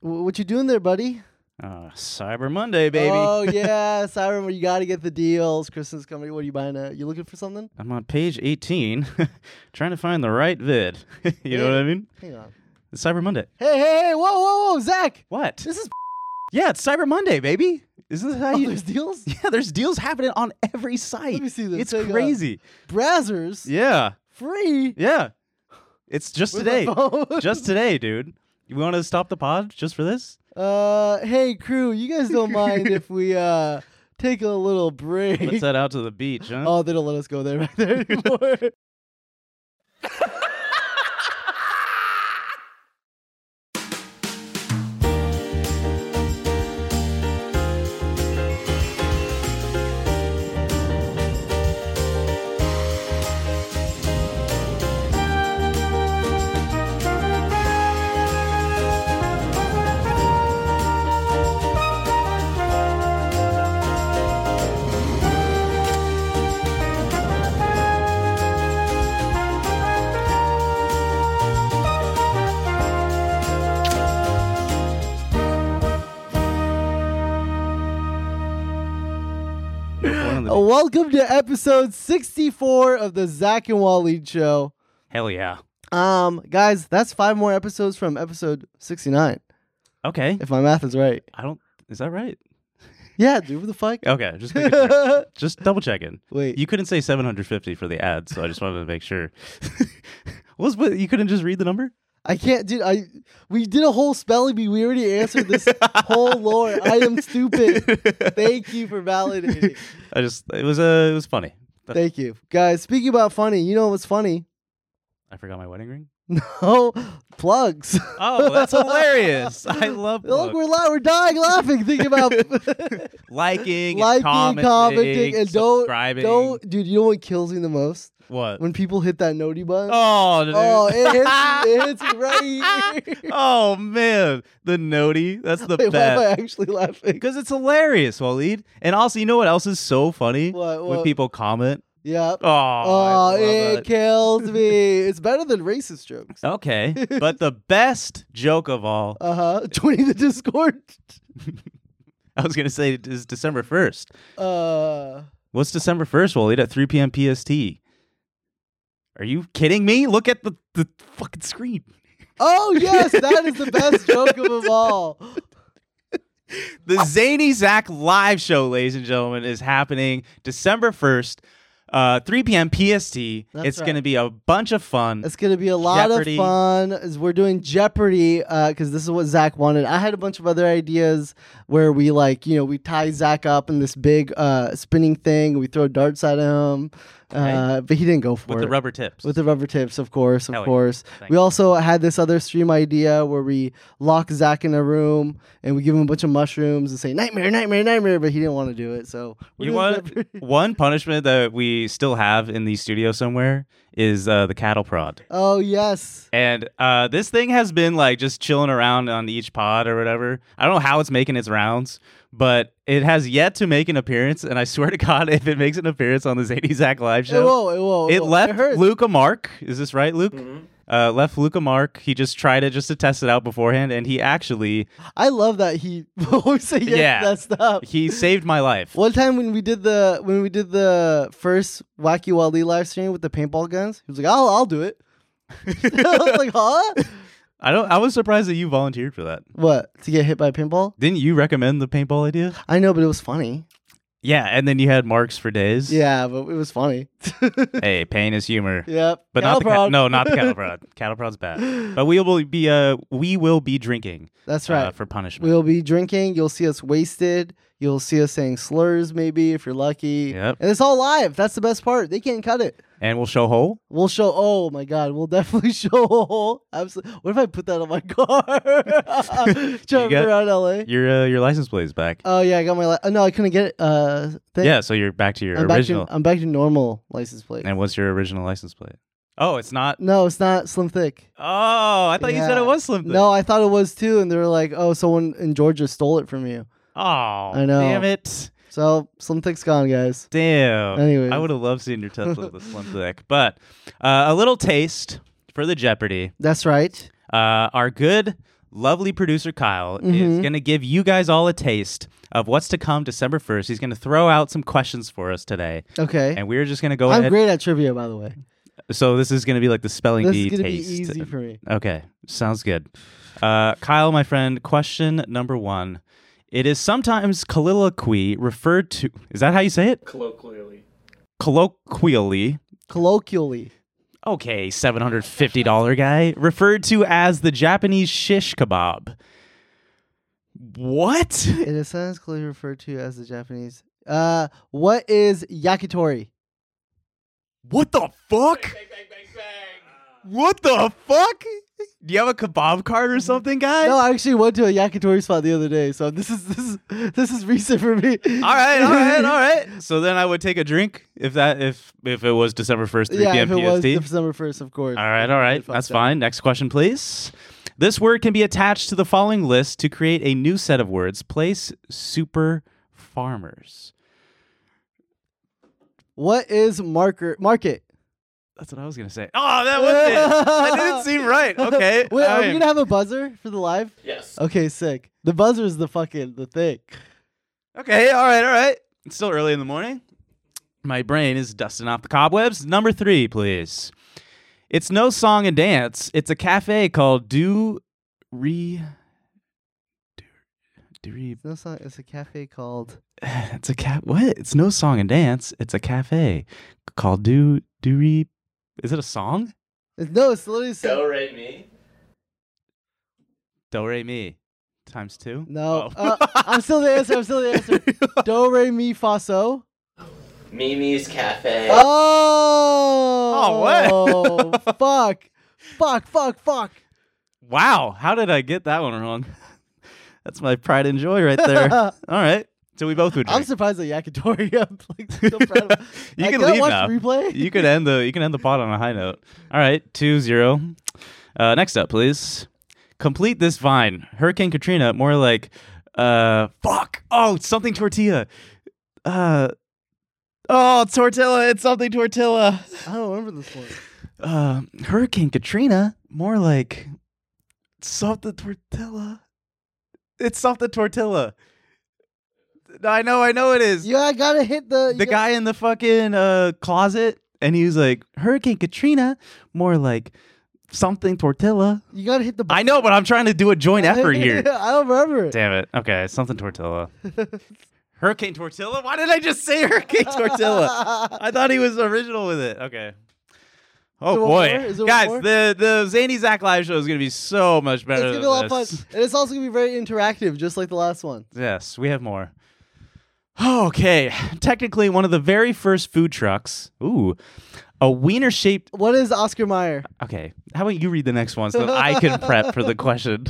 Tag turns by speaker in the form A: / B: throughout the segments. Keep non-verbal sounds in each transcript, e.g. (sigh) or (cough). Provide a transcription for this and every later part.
A: Wh- What you doing there, buddy?
B: Uh, Cyber Monday, baby. (laughs)
A: Oh yeah, Cyber. You got to get the deals. Christmas coming. What are you buying? At? You looking for something?
B: I'm on page 18, (laughs) trying to find the right vid. (laughs) you know what I mean?
A: Hang on.
B: It's Cyber Monday.
A: Hey, hey, hey! Whoa, whoa, whoa, Zach!
B: What?
A: This is
B: (laughs) Yeah, it's Cyber Monday, baby. Isn't that how
A: oh,
B: you?
A: there's deals.
B: (laughs) yeah, there's deals happening on every site.
A: me see this.
B: It's
A: Hang on.
B: crazy.
A: Brazzers
B: Yeah,
A: free
B: yeah. It's just
A: with
B: today.
A: a
B: (laughs)
A: phone. (laughs)
B: just today, dude. You want to stop the pod just for this?
A: Uh, hey crew, you guys
B: (laughs)
A: don't mind if we uh take a little break?
B: Let's head out to the beach, huh?
A: (laughs) oh, they don't let us go there (laughs) right
B: (laughs)
A: there anymore.
B: One of the-
A: Uh, Welcome to episode 64 of the Zach and Wally show.
B: Hell yeah.
A: Um, guys, that's five more episodes from episode 69,
B: Okay.
A: if my math is right.
B: I don't. Is that right?
A: Yeah, dude, what the fuck?
B: Oh, Okay.
A: (laughs)
B: Just making sure. just double checking.
A: Wait,
B: You couldn't say 750 for the ad, so I just wanted to make sure. (laughs) What was what, you couldn't just read the number?
A: I can't, dude. I we did a whole spelling bee. We already answered this whole lore. I am stupid. Thank you for validating.
B: (laughs) I just it was uh, it was funny. That-
A: Thank you, guys. Speaking about funny, you know what's funny? (laughs)
B: I forgot my wedding ring.
A: Oh, plugs.
B: Oh, that's hilarious.
A: (laughs)
B: I love
A: Look,
B: books.
A: we're la- we're dying laughing thinking
B: (laughs)
A: about (laughs)
B: liking,
A: liking,
B: and commenting,
A: commenting, and don't
B: subscribing.
A: don't, dude. You know what kills me the most
B: what?
A: when people hit that noti button.
B: Uh, Oh, dude.
A: Oh, it
B: (laughs)
A: hits, it hits right. here.
B: oh man, the noti. That's
A: (laughs)
B: the
A: Wait, why am I
B: best.
A: actually laughing?
B: Because it's hilarious, Waleed. And also, you know what else is so funny?
A: What,
B: When
A: what?
B: people comment.
A: Yeah.
B: Oh, I
A: Oh,
B: love
A: it
B: it.
A: kills me. It's better than racist jokes.
B: (laughs) Okay,
A: (laughs)
B: but the best joke of all,
A: Uh (laughs) huh. Joining the Discord.
B: I was gonna say, is December first.
A: Uh,
B: What's December first, Waleed? At three p.m. PST. Are you kidding me? Look at the the fucking screen.
A: oh yes, that is the
B: (laughs)
A: best joke of them all.
B: The Zany Zach live show, ladies and gentlemen, is happening December first, uh, three p.m. PST. it's
A: right.
B: gonna be a bunch of fun.
A: It's gonna be a lot
B: Jeopardy.
A: of fun. As we're doing Jeopardy because this is what Zach wanted. I had a bunch of other ideas where we like you know we tie Zach up in this big uh, spinning thing. and We throw darts at him, uh, but he didn't go for
B: with
A: it.
B: the rubber tips.
A: With the rubber tips, of course, of
B: Hell yeah.
A: course.
B: Thank
A: We
B: you.
A: also had this other stream idea where we lock Zach in a room and we give him a bunch of mushrooms and say nightmare, nightmare, nightmare, but he didn't want to do it. So we're
B: you
A: doing
B: want
A: Jeopardy.
B: one punishment that we still have in the studio somewhere is uh, the cattle prod.
A: (laughs) Oh yes,
B: And uh, this thing has been like just chilling around on each pod or whatever. I don't know how it's making its rounds, but it has yet to make an appearance. And I (laughs) swear to God, if it makes an appearance on the Zadie Zach live
A: it
B: show,
A: whoa, it whoa,
B: it
A: whoa.
B: left
A: hurts.
B: Luke a mark. Is this right, Luke? Uh, left Luke a mark. He just tried it just to test it out beforehand, and he actually
A: I love that he (laughs) always say yes
B: Yeah.
A: yeah. that stuff.
B: he saved my life.
A: One time when we did the when we did the first Wacky Wally live stream with the paintball guns, he was like, "I'll I'll do it." (laughs) I was like,
B: (laughs)
A: "Huh?
B: I don't. I was surprised that you volunteered for that.
A: What? To get hit by a paintball?"
B: Didn't you recommend the paintball idea?
A: I know, but it was funny.
B: Yeah, and then you had marks for days.
A: Yeah, but it was funny.
B: (laughs) Hey, pain is humor.
A: Yep.
B: But not the
A: Calipron.
B: cat. No, not the
A: (laughs)
B: cattle prod. cattle prod's bad. But we will be uh we will be drinking
A: That's
B: uh,
A: right.
B: for punishment.
A: we'll be drinking. You'll see us wasted. You'll see us saying slurs, maybe if you're lucky.
B: Yep.
A: And it's all live. That's the best part. They can't cut it.
B: and we'll show hole.
A: We'll show. Oh my god, we'll definitely (laughs) show a hole. Absolutely. What if I put that on my (laughs) car? Driving
B: got-
A: around LA.
B: Your uh, your license plate is back.
A: Oh yeah, I got my. Li- oh, no, I couldn't get it. Uh, thing.
B: yeah, so you're back to your
A: I'm back
B: original.
A: to I'm back to normal license plate.
B: and what's your original
A: (laughs)
B: license plate? Oh, it's not.
A: No, it's not slim thick.
B: Oh, I thought you said
A: Yeah.
B: it was slim. Thick.
A: No, I thought it was too, and they were like, "Oh, someone in Georgia stole it from you."
B: Oh, I
A: know.
B: Damn it.
A: So slim thick's gone, guys.
B: Damn.
A: Anyways.
B: Oh, I would have loved seeing your Tesla with a
A: (laughs)
B: slim thick, but uh, a little taste for the Jeopardy.
A: That's right.
B: uh, our good, lovely producer Kyle
A: Mm-hmm.
B: is going to give you guys all a taste of what's to come December 1st. He's going to throw out some questions for us today.
A: Okay.
B: And we're just going to go
A: I'm
B: ahead.
A: great at trivia, by the way.
B: So this is going to be like the spelling
A: This
B: bee
A: is gonna
B: taste.
A: be easy for me.
B: okay. Sounds good. Uh, Kyle, my friend, question number one. It is sometimes colloquy referred to. Is that how you say it?
C: colloquially.
B: Colloquially.
A: Colloquially,
B: Okay, $750 guy. Referred to as the Japanese shish kebab. What?
A: it is sometimes colloquially referred to as the Japanese. Uh, what is yakitori?
B: What the fuck? What the fuck? Do you have a kebab card or something, guy?
A: No, I actually went to a yakitori spot the other day, so this is (laughs) this is this is recent for me.
B: all right, all right, all right. So then I would take a drink if that if if it was December first,
A: (laughs)
B: three
A: yeah, if
B: p.m.
A: it was
B: PST.
A: December first, of course.
B: all right, all right.
A: Fuck
B: That's
A: that.
B: fine. Next question, please. This word can be attached to the following list to create a new set of words. Place super farmers.
A: What is marker market?
B: That's what I was gonna say. Oh, that was it. That didn't seem right. (laughs) Okay.
A: Wait, are we
B: I'm-
A: gonna have a buzzer for the live?
C: Yes.
A: Okay, sick. The buzzer is the fucking the thing.
B: Okay, all right, all right. It's still early in the morning. My brain is dusting off the cobwebs. Number three, please. It's no song and dance. It's a cafe called Do Re. Do Re.
A: No song. It's a cafe called.
B: (sighs) It's a cat. What? It's no song and dance. It's a cafe called Do Do Re. Is it a song?
A: It's, no, it's literally.
C: Do
A: Sa-
C: re mi.
B: Do Re Mi times two.
A: no,
B: Oh.
A: uh, I'm still the answer. I'm still the
B: (laughs)
A: answer. Do re mi fa so.
C: Mimi's Cafe.
A: Oh.
B: what?
A: (laughs) fuck. Fuck. Fuck. Fuck.
B: Wow, how did I get that one wrong? (laughs) That's my pride and joy right
A: (laughs)
B: there. All right, so we both would
A: I'm
B: drink.
A: surprised that Yakitori. (laughs) I'm like so proud of.
B: (laughs) you
A: I
B: can
A: can't
B: leave
A: watch
B: now.
A: replay.
B: You can end the you can end the pot on a high note. All right, two zero. Uh, next up, please. Complete this vine. Hurricane Katrina, more like uh fuck. Oh, it's something tortilla. Uh oh, tortilla, it's something tortilla.
A: (laughs) I don't remember this one.
B: (laughs) Uh Hurricane Katrina, more like something tortilla. It's something tortilla. I know, I know it is
A: Yeah, I gotta hit the.
B: the guy in the fucking uh, closet, and he was like, Hurricane Katrina, more like something tortilla.
A: You gotta hit the.
B: I know, but I'm trying to do a
A: (laughs)
B: joint effort here.
A: I don't remember it.
B: Damn it. Okay, something tortilla. Hurricane tortilla? Why did I just say Hurricane tortilla? I thought he was original with it. Okay. Oh
A: Is there one more?
B: boy,
A: Is there one
B: guys!
A: more?
B: The the Zany Zach live show is gonna be so much
A: It's
B: better.
A: gonna
B: than
A: be a lot of fun,
B: this.
A: and it's also gonna be very interactive, just like the last one.
B: Yes, we have more. Okay, technically one of the very first food trucks. Ooh, a wiener shaped
A: What is Oscar Mayer?
B: Okay. How about you read the next one so that I can prep for the question?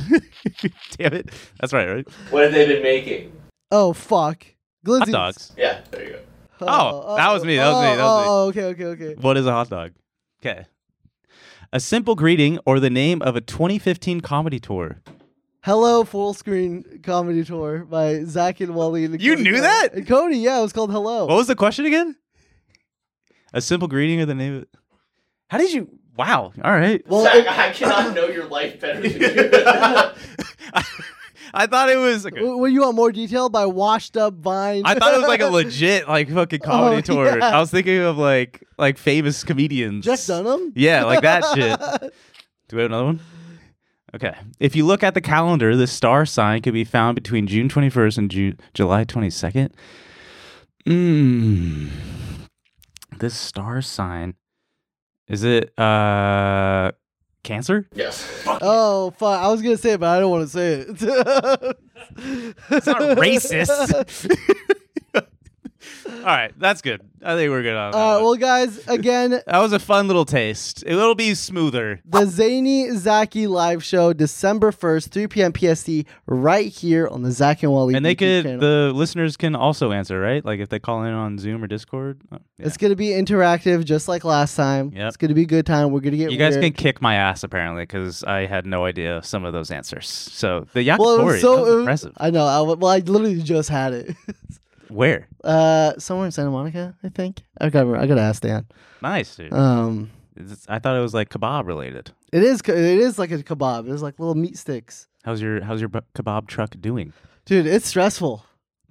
B: (laughs) Damn it. That's right, right?
C: What have they been making?
A: Oh fuck, Glizzy.
B: Hot dogs.
C: Yeah, there you go.
B: Oh, that was me, that was me,
A: oh, me.
B: that was me.
A: Oh, okay, okay, okay.
B: What is a hot dog? Okay. A simple greeting or the name of a 2015 comedy tour.
A: Hello, full screen comedy tour by Zach and Wally. And
B: You
A: Cody
B: knew
A: Cole.
B: that?
A: And Cody, yeah, it was called Hello.
B: What was the question again? A simple greeting or the name of. How did you. Wow. All right.
A: Well,
C: Zach,
A: it-
C: I cannot know your life better than you.
B: I, I thought it was. okay.
A: w- were you want more detail by Washed Up Vine?
B: I thought it
A: (laughs)
B: was like a legit like fucking comedy
A: Oh,
B: tour.
A: yeah.
B: I was thinking of like like famous comedians.
A: Jack Dunham.
B: Yeah, like that shit. Do we have another one? Okay. If you look at the calendar, the star sign could be found between June 21st and Ju- July 22nd. Mm. This star sign is it uh Cancer?
C: yes.
A: Oh fuck! I was gonna say it, but I don't want to say it. it's
B: It's not racist. (laughs) All right, that's good. I think we're good on that.
A: (laughs) All right,
B: one.
A: Uh, well, guys, again,
B: that was a fun little taste. It'll be smoother.
A: the Zany Zaki live show, December 1st, 3 p.m. PST, right here on the Zach and Wally.
B: And they
A: YouTube
B: could,
A: channel.
B: the listeners can also answer, right? Like if they call in on Zoom or Discord. Oh, yeah.
A: It's going to be interactive just like last time.
B: Yep.
A: It's going to be a good time. We're going to get
B: You guys
A: weird.
B: can kick my ass apparently because I had no idea some of those answers. So the yakitori,
A: Well, it was so
B: that was
A: it was-
B: impressive.
A: I know. I, w- well, I literally just had it. (laughs)
B: Where?
A: uh, somewhere in Santa Monica, I think. I got. I got to ask Dan.
B: Nice, dude.
A: Um,
B: It's- I thought it was like kebab related.
A: it is. ca- It is like a kebab. It's like little meat sticks,
B: How's your How's your bu- kebab truck doing?
A: dude. It's stressful.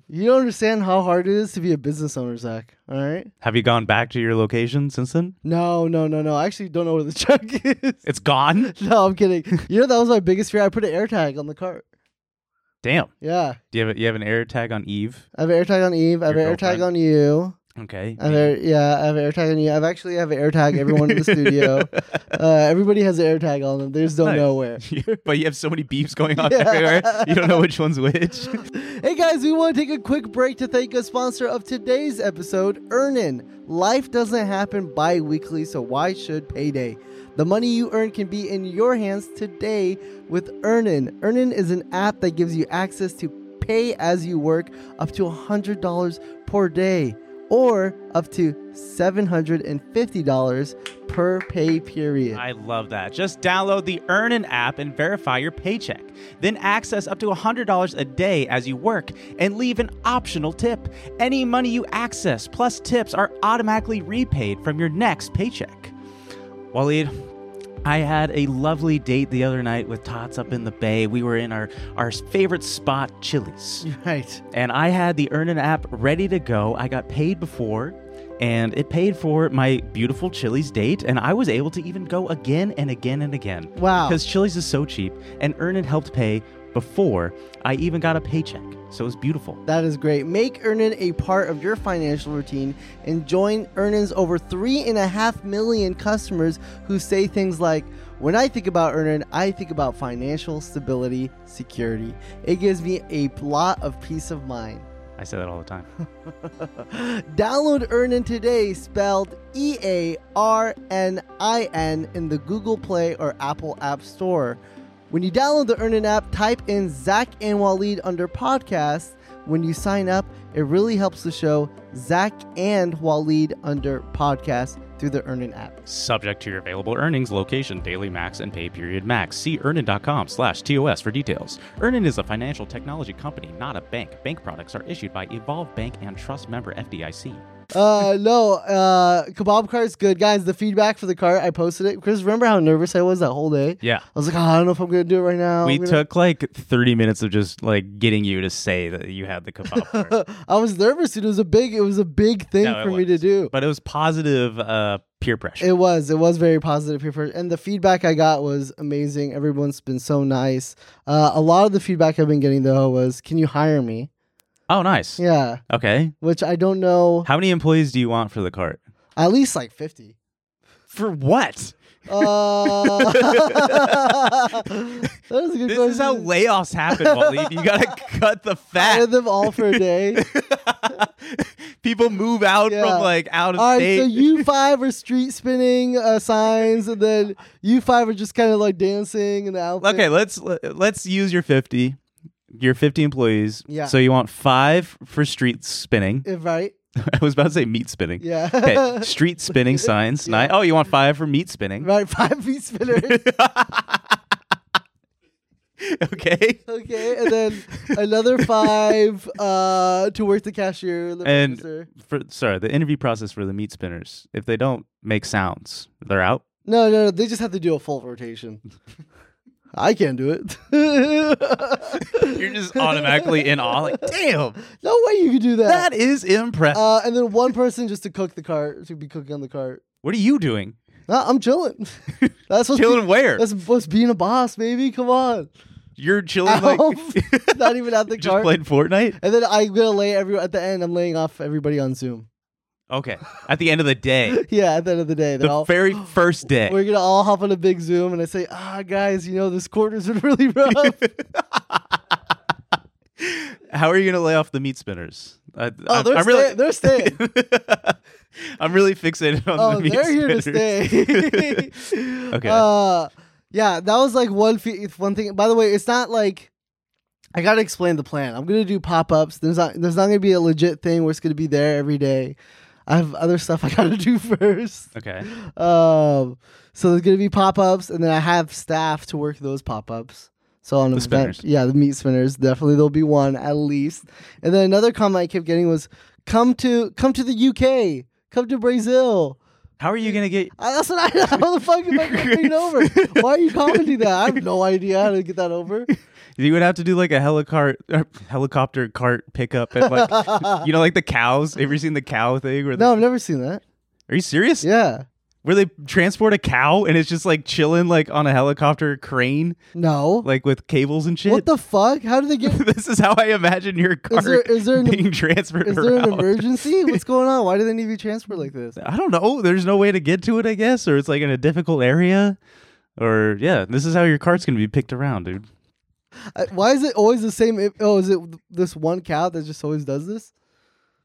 A: You don't understand how hard it is to be a business owner, Zach. All right.
B: Have you gone back to your location since then?
A: No, no, no, no. I actually don't know where the (laughs) truck is.
B: It's gone.
A: (laughs) No, I'm kidding. You know that was my biggest fear. I put an air tag on the cart.
B: Damn.
A: Yeah,
B: Do you have a, you have an air tag on Eve?
A: I have an air tag on Eve. I have
B: Your
A: an air tag
B: girlfriend?
A: on you.
B: Okay.
A: I have air, yeah, I have an air tag on you. I've actually have an air tag. Everyone in the studio,
B: (laughs)
A: uh, everybody has an air tag on them. They just don't
B: Nice.
A: know where.
B: (laughs) but you have so many beeps going
A: (laughs)
B: on
A: Yeah.
B: everywhere. You don't know which one's which. (laughs)
A: Hey guys, we want to take a quick break to thank a sponsor of today's episode, Earnin. Life doesn't happen bi weekly, so why should payday? The money you earn can be in your hands today with Earnin. Earnin is an app that gives you access to pay as you work up to $100 per day or up to $750 per pay period.
B: I love that. Just download the Earnin app and verify your paycheck. Then access up to $100 a day as you work and leave an optional tip. Any money you access plus tips are automatically repaid from your next paycheck. Waleed, I had a lovely date the other night with Tots up in the Bay. We were in our, our favorite spot, Chili's
A: right.
B: and I had the Earnin app ready to go. I got paid before, and it paid for my beautiful Chili's date, and I was able to even go again and again and again.
A: Wow.
B: Because Chili's is so cheap, and Earnin helped pay before I even got a paycheck. So it was beautiful.
A: That is great. Make Earnin a part of your financial routine and join Earnin's over three and a half million customers who say things like, when I think about Earnin, I think about financial stability, security. It gives me a lot of peace of mind.
B: I say that all the time.
A: Download Earnin today, spelled E A R N I N, in the Google Play or Apple App Store. When you download the Earnin app, type in Zach and Waleed under podcast. When you sign up, it really helps the show Zach and Waleed under podcast through the Earnin app.
B: Subject to your available earnings, location, daily max, and pay period max. See earnin.com slash TOS for details. Earnin is a financial technology company, not a bank. Bank products are issued by Evolve Bank and Trust member FDIC.
A: Uh, no, uh, kebab cart's good, guys. The feedback for the cart, I posted it. Chris, remember how nervous I was that whole day?
B: Yeah.
A: I was like, oh, I don't know if I'm gonna do it right now.
B: we
A: Oh, I'm gonna-
B: took like 30 minutes of just like getting you to say that you had the kebab part.
A: (laughs) I was nervous. dude. It was a big. It was a big thing
B: No, it
A: for me to
B: was.
A: do.
B: but it was positive uh peer pressure
A: It was. It was very positive here, for, and the feedback I got was amazing. Everyone's been so nice. Uh, a lot of the feedback I've been getting though was, "Can you hire me?"
B: oh nice
A: Yeah,
B: okay
A: which I don't know.
B: how many employees do you want for the cart
A: At least like fifty.
B: for what
A: Uh, (laughs) that was a good
B: this
A: question.
B: is how layoffs
A: (laughs)
B: happen Waleed. you gotta cut the
A: Hire
B: fat
A: them all for a day.
B: (laughs) people move out
A: Yeah.
B: from like out of
A: All right,
B: state
A: so you five are street spinning uh, signs, and then you five are just kind of like dancing and out.
B: okay let's let's use your 50 your 50 employees
A: Yeah.
B: so you want five for street spinning
A: right?
B: (laughs) i was about to say meat spinning
A: Yeah. (laughs)
B: (laughs) okay street spinning signs Ni- oh you want five for meat spinning
A: Right, (laughs) five feet spinners.
B: (laughs) okay.
A: okay, and then another five uh, to work the cashier. The
B: And
A: register.
B: for, sorry, the interview process for the meat spinners, if they don't make sounds, they're out.
A: no, no, no, they just have to do a full
B: (laughs)
A: rotation. I can't do it. (laughs)
B: You're just automatically in awe. (laughs) Like, damn,
A: no way you could do that.
B: that is impressive.
A: uh, and then one person just to cook the cart, to be cooking on the cart.
B: what are you (laughs) doing?
A: No, I'm chilling.
B: (laughs)
A: That's what's
B: Chilling where?
A: That's what's being a boss, baby. Come
B: (laughs)
A: on.
B: You're chilling like
A: Ow. Not even at the
B: (laughs) just
A: cart.
B: playing Fortnite.
A: And then I'm gonna lay every at the end. I'm laying off everybody on Zoom.
B: Okay. At the end of the (laughs) day,
A: Yeah, at the end of the day, they're
B: the
A: all
B: very first day.
A: We're gonna all hop on a big Zoom, and I say, "Ah, guys, you know this quarter's been (laughs)
B: (laughs)
A: really rough."
B: How are you gonna lay off the meat spinners? I,
A: Oh, they're
B: I, am really,
A: stay- they're staying.
B: (laughs) I'm really fixated on
A: oh,
B: the
A: they're here to
B: Meat (laughs)
A: stay.
B: Spitters. okay.
A: (laughs) Uh, yeah, that was like one fe- one thing. By the way, it's not like I gotta explain the plan. I'm gonna do pop ups. There's not there's not gonna be a legit thing where it's gonna be there every day. I have other stuff (laughs) I gotta do first.
B: okay.
A: Um, so there's gonna be pop ups, and then I have staff to work those pop ups. So on the
B: spinners.
A: yeah, the meat spinners definitely there'll be one at least. And then another comment I kept getting was, "Come to come to the UK, come to Brazil."
B: How are you gonna get?
A: I, that's what I. (laughs) How the fuck am I gonna bring it over? Why are you commenting that? I have no idea how to get that over.
B: You would have to do like a helicopter helicopter cart pickup at
A: (laughs)
B: like you know like the cows. Have you ever seen the cow thing? Where
A: No, I've never seen that.
B: Are you serious?
A: Yeah.
B: Where they transport a cow and it's just like chilling like on a helicopter crane,
A: No.
B: like with cables and shit.
A: what the fuck? How did they get?
B: (laughs) this is how I imagine your cart
A: there- is there an-
B: (laughs) being transferred
A: Is there
B: around.
A: an emergency? What's going on? Why do they need to be transported like this?
B: I don't know. There's no way to get to it, I guess, or it's like in a difficult area. Or yeah, this is how your cart's gonna be picked around, dude.
A: I- Uh, Why is it always the same? if- Oh, is it this one cow that just always does this?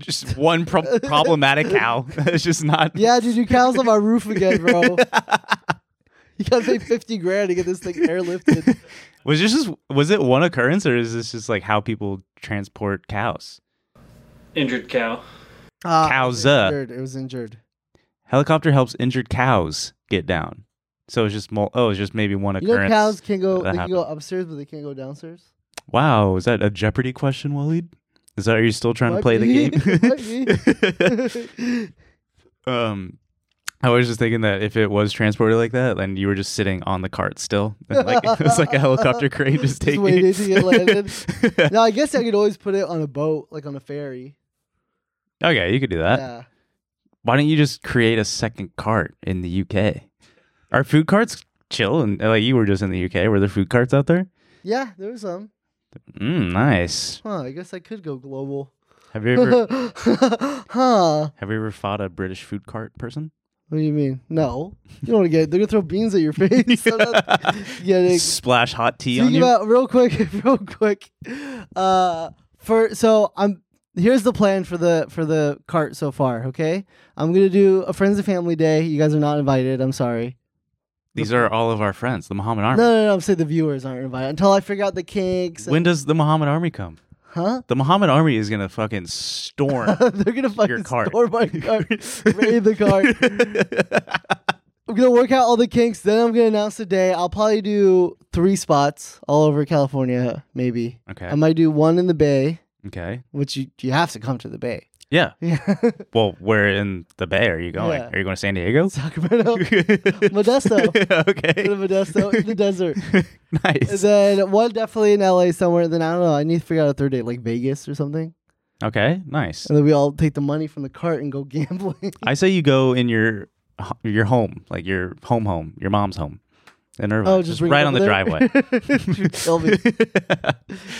B: Just one
A: (laughs)
B: pro- problematic cow. (laughs) it's just not.
A: Yeah, dude, your cow's on my roof again,
B: (laughs)
A: bro. you gotta pay fifty grand to get this thing airlifted.
B: Was this just was it one occurrence, or is this just like how people transport cows?
D: Injured cow.
A: Uh,
B: (laughs) Cows,
A: It was
B: uh.
A: injured. It was injured.
B: Helicopter helps injured cows get down. So it's just mul- oh, it's just maybe one
A: You
B: occurrence.
A: know, cows can go.
B: that
A: They can go upstairs, but they can't go downstairs.
B: Wow, is that a Jeopardy question, Waleed? Is that are you still trying to
A: Might
B: play
A: be. (laughs)
B: the
A: Might
B: (laughs) game?
A: be.
B: Um, I was just thinking that if it was transported like that, then you were just sitting on the cart still, (laughs) and like it was like
A: (laughs)
B: a helicopter crane just,
A: Just
B: taking.
A: waiting to
B: (laughs)
A: get landed. now I guess I could always put it on a boat, like on a ferry.
B: okay, you could do that.
A: yeah.
B: Why don't you just create a second cart in the UK? Are food carts chill? And uh, like you were just in the UK, were there food carts out there?
A: Yeah, there was some.
B: Mm, nice.
A: Huh, I guess I could go global.
B: Have
A: (laughs)
B: you ever
A: huh.
B: have you ever fought a British food cart person?
A: What do you mean? No. You don't want to get they're gonna throw beans at your (laughs)
B: (laughs)
A: face. I'm (laughs) not getting
B: Splash hot tea on
A: Speaking
B: you.
A: about real quick, (laughs) real quick. Uh, for so I'm here's the plan for the for the cart so far. Okay, I'm gonna do a friends and family day. You guys are not invited. I'm sorry.
B: These are all of our friends, the Muhammad
A: No,
B: Army.
A: no, no. I'm saying the viewers aren't invited until I figure out the kinks. and-
B: when does the Muhammad Army come?
A: (laughs) huh? (laughs)
B: The Muhammad Army is gonna fucking storm.
A: They're gonna fucking
B: cart.
A: store
B: (laughs)
A: my cart, raid the (laughs) cart. I'm gonna work out all the kinks. Then I'm gonna announce the day. I'll probably do three spots all over California, maybe.
B: Okay.
A: I might do one in the Bay,
B: okay.
A: which you you have to come to the Bay.
B: Yeah.
A: Yeah.
B: Well, where in the Bay are you going?
A: Yeah.
B: Are you going to
A: (laughs)
B: San Diego?
A: Sacramento, Modesto,
B: (laughs) okay.
A: Go to Modesto in the desert. And
B: (laughs) nice.
A: then one definitely in LA somewhere. Then I don't know. I need to figure out a third date, like Vegas or something.
B: Okay. Nice.
A: And then we all take the money from the cart and go gambling. (laughs)
B: I say you go in your your home, like your home home, your mom's home. In Irvine.
A: Oh, just, bring it
B: right on the
A: over (laughs)
B: driveway.
A: there? She'd kill me.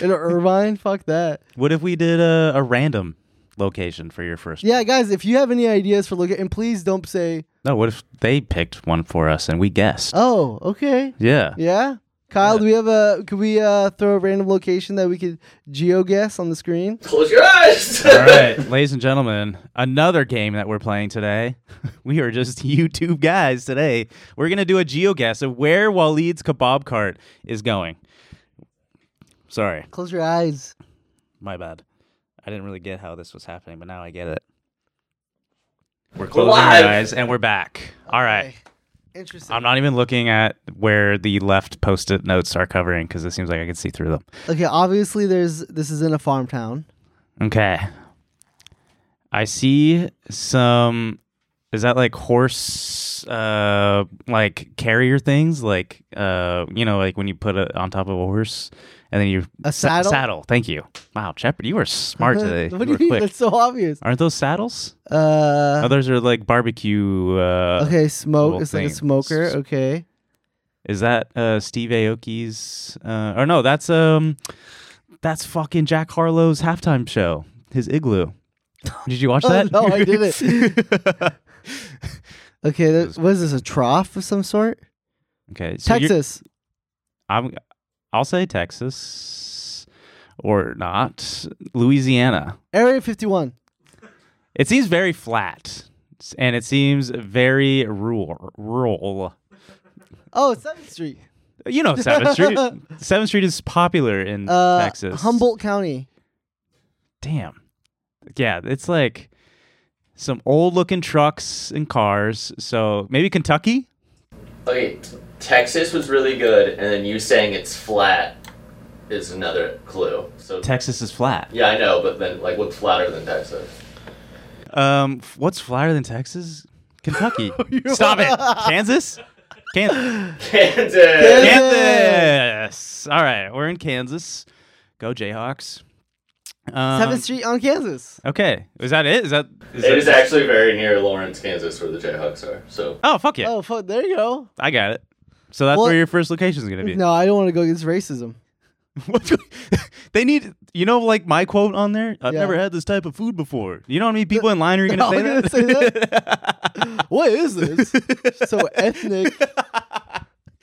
A: In Irvine, fuck that.
B: what if we did a, a random location for your first?
A: Yeah, guys, if you have any ideas for look at, and please don't say,
B: No, what if they picked one for us and we guessed?
A: oh, okay,
B: Yeah.
A: yeah. Kyle, do we have a? Could we uh, throw a random location that we could geo guess on the screen?
C: Close your eyes. (laughs)
B: All right, ladies and gentlemen, another game that we're playing today. (laughs) We are just (laughs) YouTube guys today. We're going to do a geoguess of where Waleed's kebab cart is going. Sorry,
A: Close your eyes.
B: my bad. I didn't really get how this was happening, but now I get it. We're
C: We're
B: closing our
C: live.
B: eyes and we're back. All right.
A: Okay. Interesting.
B: I'm not even looking at where the left post it notes are covering because it seems like I can see through them.
A: Okay, obviously there's this is in a farm town.
B: Okay. I see some is that like horse uh like carrier things like uh you know like when you put it on top of a horse and then you
A: A saddle? Uh-huh.
B: saddle thank you wow Shepard you
A: (laughs)
B: were smart today
A: what do you
B: were
A: mean?
B: quick.
A: That's so obvious.
B: aren't those saddles
A: Uh,
B: others are like barbecue uh
A: okay, smoke.
B: little
A: It's like
B: thing.
A: a smoker.
B: S-
A: Okay.
B: is that uh Steve Aoki's uh or no that's um that's fucking Jack Harlow's halftime show his igloo
A: (laughs)
B: did you watch
A: Oh,
B: that
A: no, I
B: (laughs)
A: didn't. Okay, that,
B: was-
A: what is this? A trough of some sort?
B: Okay, so you're-
A: Texas.
B: I'm. I'll say Texas. or not. Louisiana.
A: Area 51.
B: It seems very flat, s- and it seems very rural. Rural.
A: Oh, 7th Street.
B: You know Seventh Street. Seventh Street is popular in
A: Uh,
B: Texas.
A: Humboldt County.
B: Damn. Yeah, it's like some old-looking trucks and cars. So maybe Kentucky.
C: Okay, t- Texas was really good, and then you saying it's flat is another clue. So
B: Texas is flat.
C: yeah, I know, but then like what's flatter than Texas? (laughs)
B: Um, f- what's flyer than Texas? Kentucky. Stop it. Kansas. Kansas.
C: Kansas.
A: Kansas.
B: Kansas. All right, we're in Kansas. Go Jayhawks. Um,
A: 7th Street on Kansas.
B: Okay, is that it? Is that? Is
C: It
B: that
C: is actually very near Lawrence, Kansas, where the Jayhawks are. So
B: Oh fuck yeah!
A: Oh, fuck. There you go.
B: I got it. So that's
A: Well-
B: where your first location is gonna be.
A: No, I don't want to go against racism.
B: (laughs) What do- (laughs) they need, you know, like my quote on there. I've
A: Yeah.
B: never had this type of food before. You know how many people
A: (laughs)
B: in line are gonna say
A: They're all
B: that?
A: Oh, gonna What is this? so ethnic.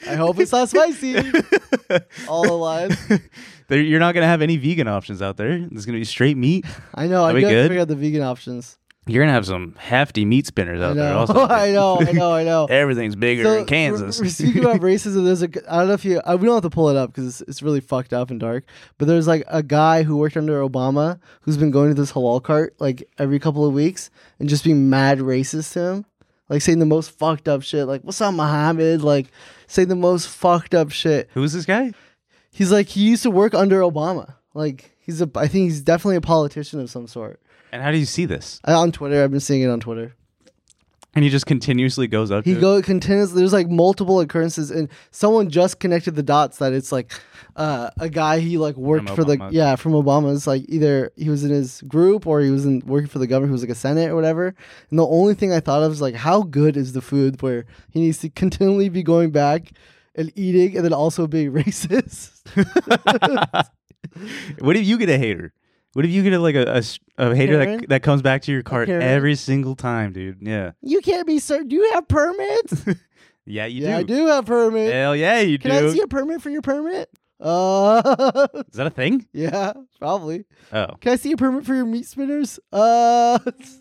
A: I hope it's not spicy. All the lines.
B: (laughs) There- You're not gonna have any vegan options out there. It's gonna be straight meat.
A: I know. I
B: Are we
A: gotta
B: good?
A: figure out the vegan options.
B: You're gonna have some hefty meat spinners
A: I
B: out there.
A: know.
B: Also,
A: (laughs) I know. I know. I
B: (laughs)
A: know.
B: Everything's bigger
A: So,
B: in Kansas.
A: We're, we're (laughs) speaking about racism. There's a. g- I don't know if you. Uh, we don't have to pull it up because it's, it's really fucked up and dark. But there's like a guy who worked under Obama who's been going to this halal cart like every couple of weeks and just being mad racist to him, like saying the most fucked up shit. Like, "What's up, Muhammad?" Like, saying the most fucked up shit.
B: Who's this guy?
A: He's like he used to work under Obama. Like he's a. I think he's definitely a politician of some sort.
B: And how do you see this?
A: Uh, on Twitter, I've been seeing it on Twitter.
B: And he just continuously goes up.
A: He
B: to
A: go continuously. There's like multiple occurrences, and someone just connected the dots that it's like uh, a guy he like worked
B: From
A: for the
B: Obama.
A: yeah from Obama's like either he was in his group or he was in working for the government who was like a senate or whatever. And the only thing I thought of is like how good is the food where he needs to continually be going back and eating and then also being (laughs) racist.
B: (laughs) What if you get a hater? What if you get a, like a, a s- a hater
A: Karen?
B: that that comes back to your cart
A: Karen?
B: every single time, dude? Yeah,
A: you can't be sir. Do you have permits?
B: yeah, (laughs) you
A: yeah, I
B: do.
A: do have permit.
B: Hell yeah, you
A: Can
B: do.
A: I see a permit for your permit? Uh, (laughs)
B: Is that a thing?
A: yeah, probably.
B: Oh,
A: Can I see a permit for your meat spinners? Uh, (laughs)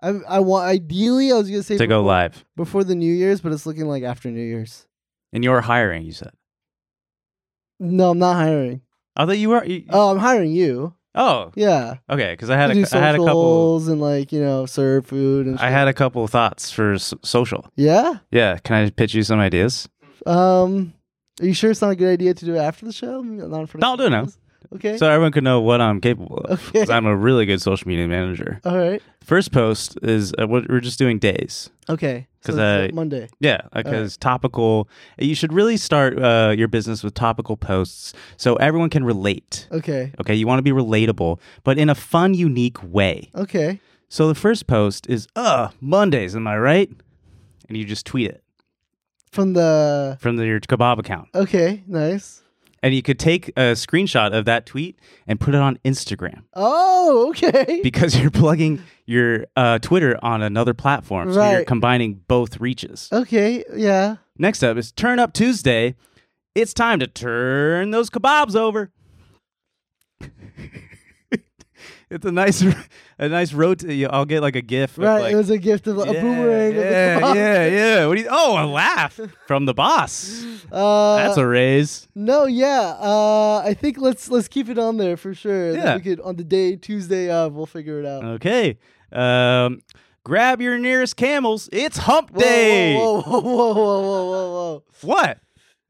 A: I, I want ideally I was gonna say
B: to go
A: before,
B: live.
A: before the New Year's, but it's looking like after New Year's.
B: And you're hiring, you said.
A: No, I'm not hiring.
B: I thought you were. You,
A: Oh, I'm hiring you.
B: oh,
A: Yeah,
B: okay. Because I had
A: do
B: a, I had a couple.
A: socials and like you know serve food and.
B: I
A: shit.
B: had a couple of thoughts for s- social.
A: yeah.
B: Yeah, can I pitch you some ideas?
A: Um, are you sure it's not a good idea to do it after the show? Not in front
B: No, I'll
A: of
B: do it now.
A: us? Okay.
B: So everyone can know what I'm capable of.
A: Okay.
B: 'cause I'm a really good social media manager.
A: All right.
B: First post is uh, what we're just doing days.
A: Okay.
B: 'Cause
A: so it's,
B: I-
A: uh, Monday.
B: Yeah, because topical. You should really start uh, your business with topical posts so everyone can relate.
A: Okay.
B: Okay, you want to be relatable, but in a fun, unique way.
A: Okay.
B: So the first post is, uh, Mondays, am I right? And you just tweet it
A: From the.
B: from the, your kebab account.
A: Okay. Nice.
B: And you could take a screenshot of that tweet and put it on Instagram (laughs)
A: Oh. Okay.
B: because you're plugging your uh, Twitter on another platform. So you're
A: Right.
B: combining both reaches.
A: okay. Yeah.
B: Next up is Turn Up Tuesday. It's time to turn those kebabs over. (laughs) it's a nice, (laughs) a nice road. I'll get like a gif. of,
A: Right,
B: like,
A: it was a gift of a
B: yeah,
A: boomerang. of the (laughs)
B: Yeah,
A: boss.
B: yeah, yeah. What do you? Oh, a laugh from the boss.
A: Uh,
B: That's a raise.
A: no, yeah. Uh, I think let's let's keep it on there for sure. and then
B: Yeah. Uh,
A: we could on the day Tuesday of we'll figure it out.
B: Okay. Um, grab your nearest camels. It's Hump
A: Whoa,
B: Day.
A: Whoa, whoa, whoa, whoa, whoa, whoa,
B: What?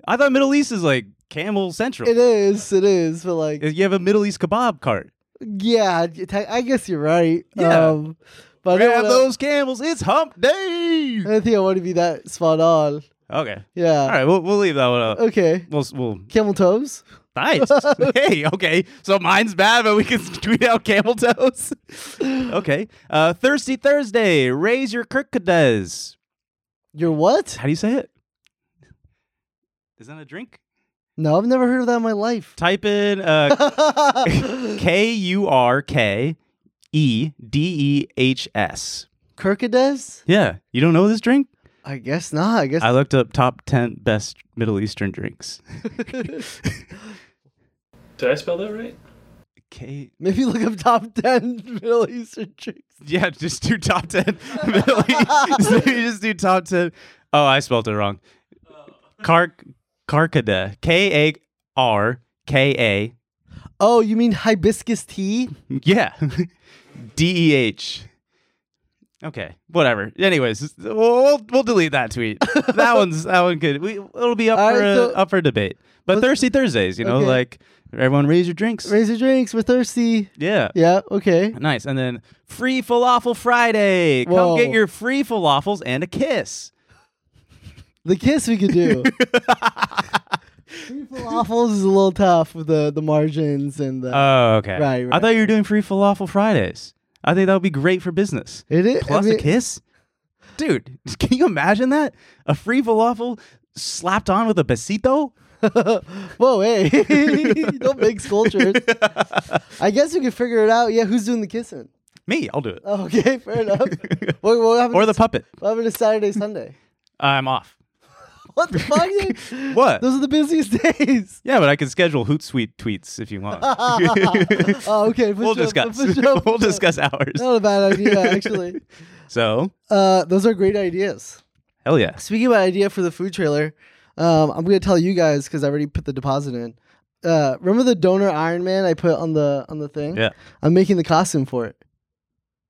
B: I thought Middle East is like Camel
A: whoa. It
B: Central.
A: is, it is, but like,
B: You have a Middle East kebab cart.
A: yeah, I- I guess you're right.
B: Yeah.
A: Um, but I don't
B: Grab
A: wanna-
B: those camels. It's Hump Day.
A: I don't think I want to be that spot on.
B: Okay.
A: Yeah.
B: All right. We'll, we'll leave that one up.
A: Okay.
B: We'll, s- we'll
A: Camel toes.
B: (laughs) Nice. hey, okay. So mine's bad, but we can tweet out camel toes. okay. Uh, Thirsty Thursday. Raise your kirkades.
A: Your what?
B: How do you say it? Is that a drink?
A: No, I've never heard of that in my life.
B: Type in uh, (laughs) K U R K E D E H S.
A: Kirkades?
B: Yeah. You don't know this drink?
A: I guess not. I guess
B: I looked up top 10 best Middle Eastern drinks.
D: (laughs)
A: (laughs)
B: (laughs)
D: Did I spell that right?
B: K.
A: maybe look up top ten Middle Eastern drinks.
B: Yeah, just do top 10 (laughs) Middle East. Maybe just do top 10. Oh, I spelled it wrong. Kark, Karkada. K A R K
A: Oh, you mean hibiscus tea?
B: A. Yeah. (laughs) D E H. Okay, whatever. Anyways, we'll, we'll we'll delete
A: (laughs)
B: that tweet. That one's that one could we it'll be up
A: All
B: for
A: right,
B: a,
A: so-
B: up for debate. But Thirsty Thursdays, you know,
A: Okay.
B: like everyone raise your drinks.
A: Raise your drinks. We're thirsty.
B: yeah.
A: Yeah. Okay.
B: Nice. And then free falafel Friday.
A: Whoa.
B: Come get your free falafels and a kiss.
A: The kiss we could
B: (laughs)
A: do. Free falafels is a little tough with the the margins and the.
B: Oh, okay.
A: Right,
B: I
A: right.
B: thought you were doing free falafel Fridays. I think that would be great for business.
A: It is- I
B: Plus
A: mean-
B: a kiss? Dude, (laughs) can you imagine that? A free falafel slapped on with a besito?
A: Whoa, hey! (laughs) Don't make sculptures. I guess we could figure it out. Yeah, who's doing the kissing? Oh,
B: Me, I'll do
A: Uh,
B: it.
A: Okay, fair enough.
B: (laughs)
A: what, what happened?
B: or the
A: to,
B: puppet.
A: what happened to Saturday, Sunday?
B: I'm off.
A: What the fuck? dude?
B: (laughs) What?
A: Those are the busiest days.
B: Yeah, but I can schedule Hootsuite tweets if
A: (laughs)
B: you want.
A: Oh, okay.
B: (laughs) we'll
A: push up,
B: discuss.
A: push up,
B: (laughs)
A: push
B: we'll
A: up.
B: discuss hours.
A: Not a bad
B: (laughs)
A: idea, actually.
B: So,
A: Uh, those are great ideas.
B: hell yeah.
A: Speaking of idea for the food trailer, um, I'm gonna tell you guys because I already put the deposit in. Uh, remember the donor Iron Man I put on the on the thing?
B: Yeah.
A: I'm making the costume for it.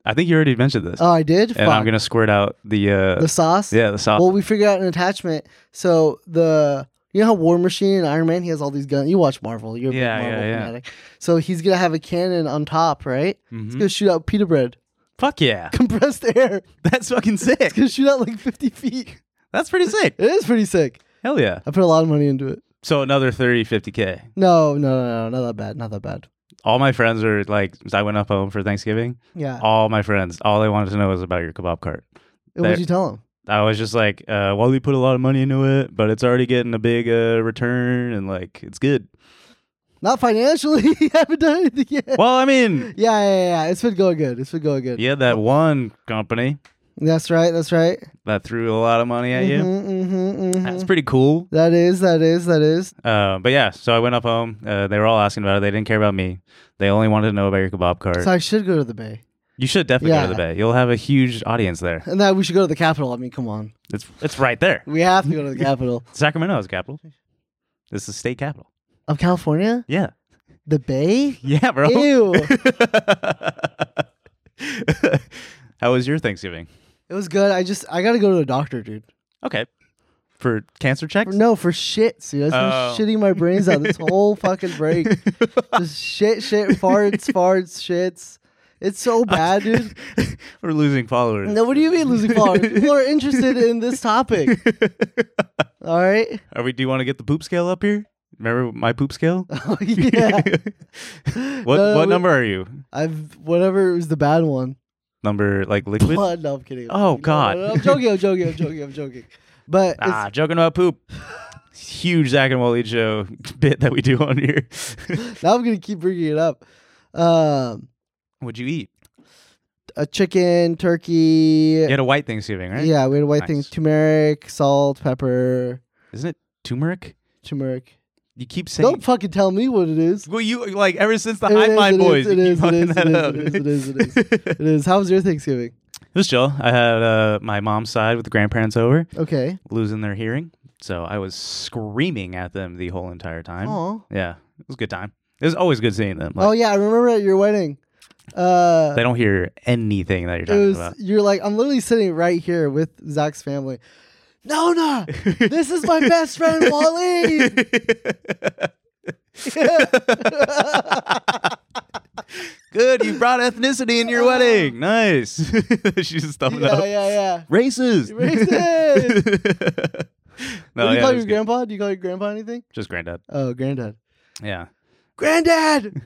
B: I think you already mentioned this.
A: Oh, I did.
B: and I'm
A: Fuck.
B: gonna squirt out the uh
A: the sauce.
B: yeah the sauce.
A: Well, we figured out an attachment. So the you know how War Machine and Iron Man he has all these guns. You watch Marvel. You're a
B: Yeah,
A: big Marvel
B: yeah, yeah.
A: fanatic. So he's gonna have a cannon on top, right?
B: Mm-hmm.
A: It's gonna shoot out pita bread, (laughs)
B: Fuck yeah,
A: compressed air.
B: that's fucking sick.
A: It's gonna shoot out like 50 feet.
B: That's pretty sick.
A: It is pretty sick.
B: Hell yeah.
A: I put a lot of money into it.
B: So another 30, 50 k.
A: No, no, no, no, not that bad. Not that bad.
B: All my friends are like, I went up home for Thanksgiving.
A: Yeah.
B: All my friends, all they wanted to know was about your kebab cart.
A: And what'd
B: there-
A: you tell him?
B: I was just like, uh, well, we put a lot of money into it, but it's already getting a big uh, return, and like,
A: (laughs)
B: it's good.
A: Not financially. (laughs) I haven't done anything yet.
B: Well, I mean,
A: Yeah, yeah, yeah. It's been going good. It's been going good.
B: yeah, that one company
A: That's right. That's right.
B: that threw a lot of money at you.
A: Mm-hmm, hmm
B: That's pretty cool.
A: That is, that is, that is.
B: Uh, but yeah, so I went up home. Uh, they were all asking about it. They didn't care about me. They only wanted to know about your kebab cart.
A: So I should go to the Bay.
B: you should definitely
A: Yeah.
B: go to the Bay. You'll have a huge audience there.
A: And that we should go to the Capitol. I mean, come on.
B: It's it's right there.
A: We have to go
B: (laughs)
A: to the Capitol.
B: Sacramento is capital. It's the state capital.
A: Of California?
B: Yeah.
A: The Bay?
B: Yeah, bro.
A: Ew.
B: (laughs) How was your Thanksgiving?
A: it was good. I just, I got to go to the doctor, dude.
B: Okay. For cancer checks?
A: No, for shit, dude. I've
B: Oh.
A: been shitting my brains out this
B: (laughs)
A: whole fucking break. Just shit, shit, farts, farts, shits. It's so bad,
B: (laughs)
A: dude.
B: We're losing followers.
A: No, what do you mean losing followers? People are interested in this topic. All right.
B: (laughs)
A: (laughs)
B: Are we do you want to get the poop scale up here? Remember my poop scale?
A: (laughs) Oh,
B: (laughs)
A: yeah.
B: What
A: No, no,
B: what
A: we-
B: number are you?
A: I've whatever was the bad one.
B: Number like liquid?
A: Blood. (laughs) No, I'm kidding. I'm
B: Oh,
A: kidding. No, no, no,
B: God.
A: I'm joking. I'm joking. I'm joking. I'm joking. But it's-
B: Ah, joking about poop. Huge Zach and Wally Joe (laughs) bit that we do on here. (laughs)
A: now I'm gonna keep bringing it up. Um,
B: What'd you eat?
A: a chicken, turkey.
B: You had a white Thanksgiving, right?
A: Yeah, we had white
B: Nice.
A: things: turmeric, salt, pepper,
B: Isn't it turmeric?
A: turmeric.
B: You keep saying.
A: Don't fucking tell me what it is.
B: well, you like ever since the
A: It
B: High
A: is,
B: Mind
A: it is,
B: Boys.
A: it
B: you
A: is,
B: keep
A: it is,
B: fucking that up.
A: it is, it is, it is,
B: (laughs)
A: It is. How was your Thanksgiving?
B: It was chill. I had uh, my mom's side with the grandparents over,
A: Okay.
B: losing their hearing, so I was screaming at them the whole entire time.
A: Aw.
B: Yeah, it was a good time. It was always good seeing them. Like,
A: oh yeah, I remember at your wedding. Uh,
B: They don't hear anything that you're
A: it
B: talking
A: was
B: about.
A: you're like I'm literally sitting right here with Zach's family. No, no, this is my best
B: (laughs)
A: friend Wally.
B: Good, you brought
A: (laughs)
B: ethnicity in your wedding. Nice. (laughs) She's just thumbing
A: yeah,
B: up.
A: yeah, yeah.
B: Races.
A: Racist.
B: no,
A: what do you
B: (laughs) yeah,
A: call
B: it was
A: your
B: good.
A: grandpa? Do you call your grandpa anything?
B: Just granddad.
A: Oh, granddad.
B: Yeah. (laughs)
A: Granddad,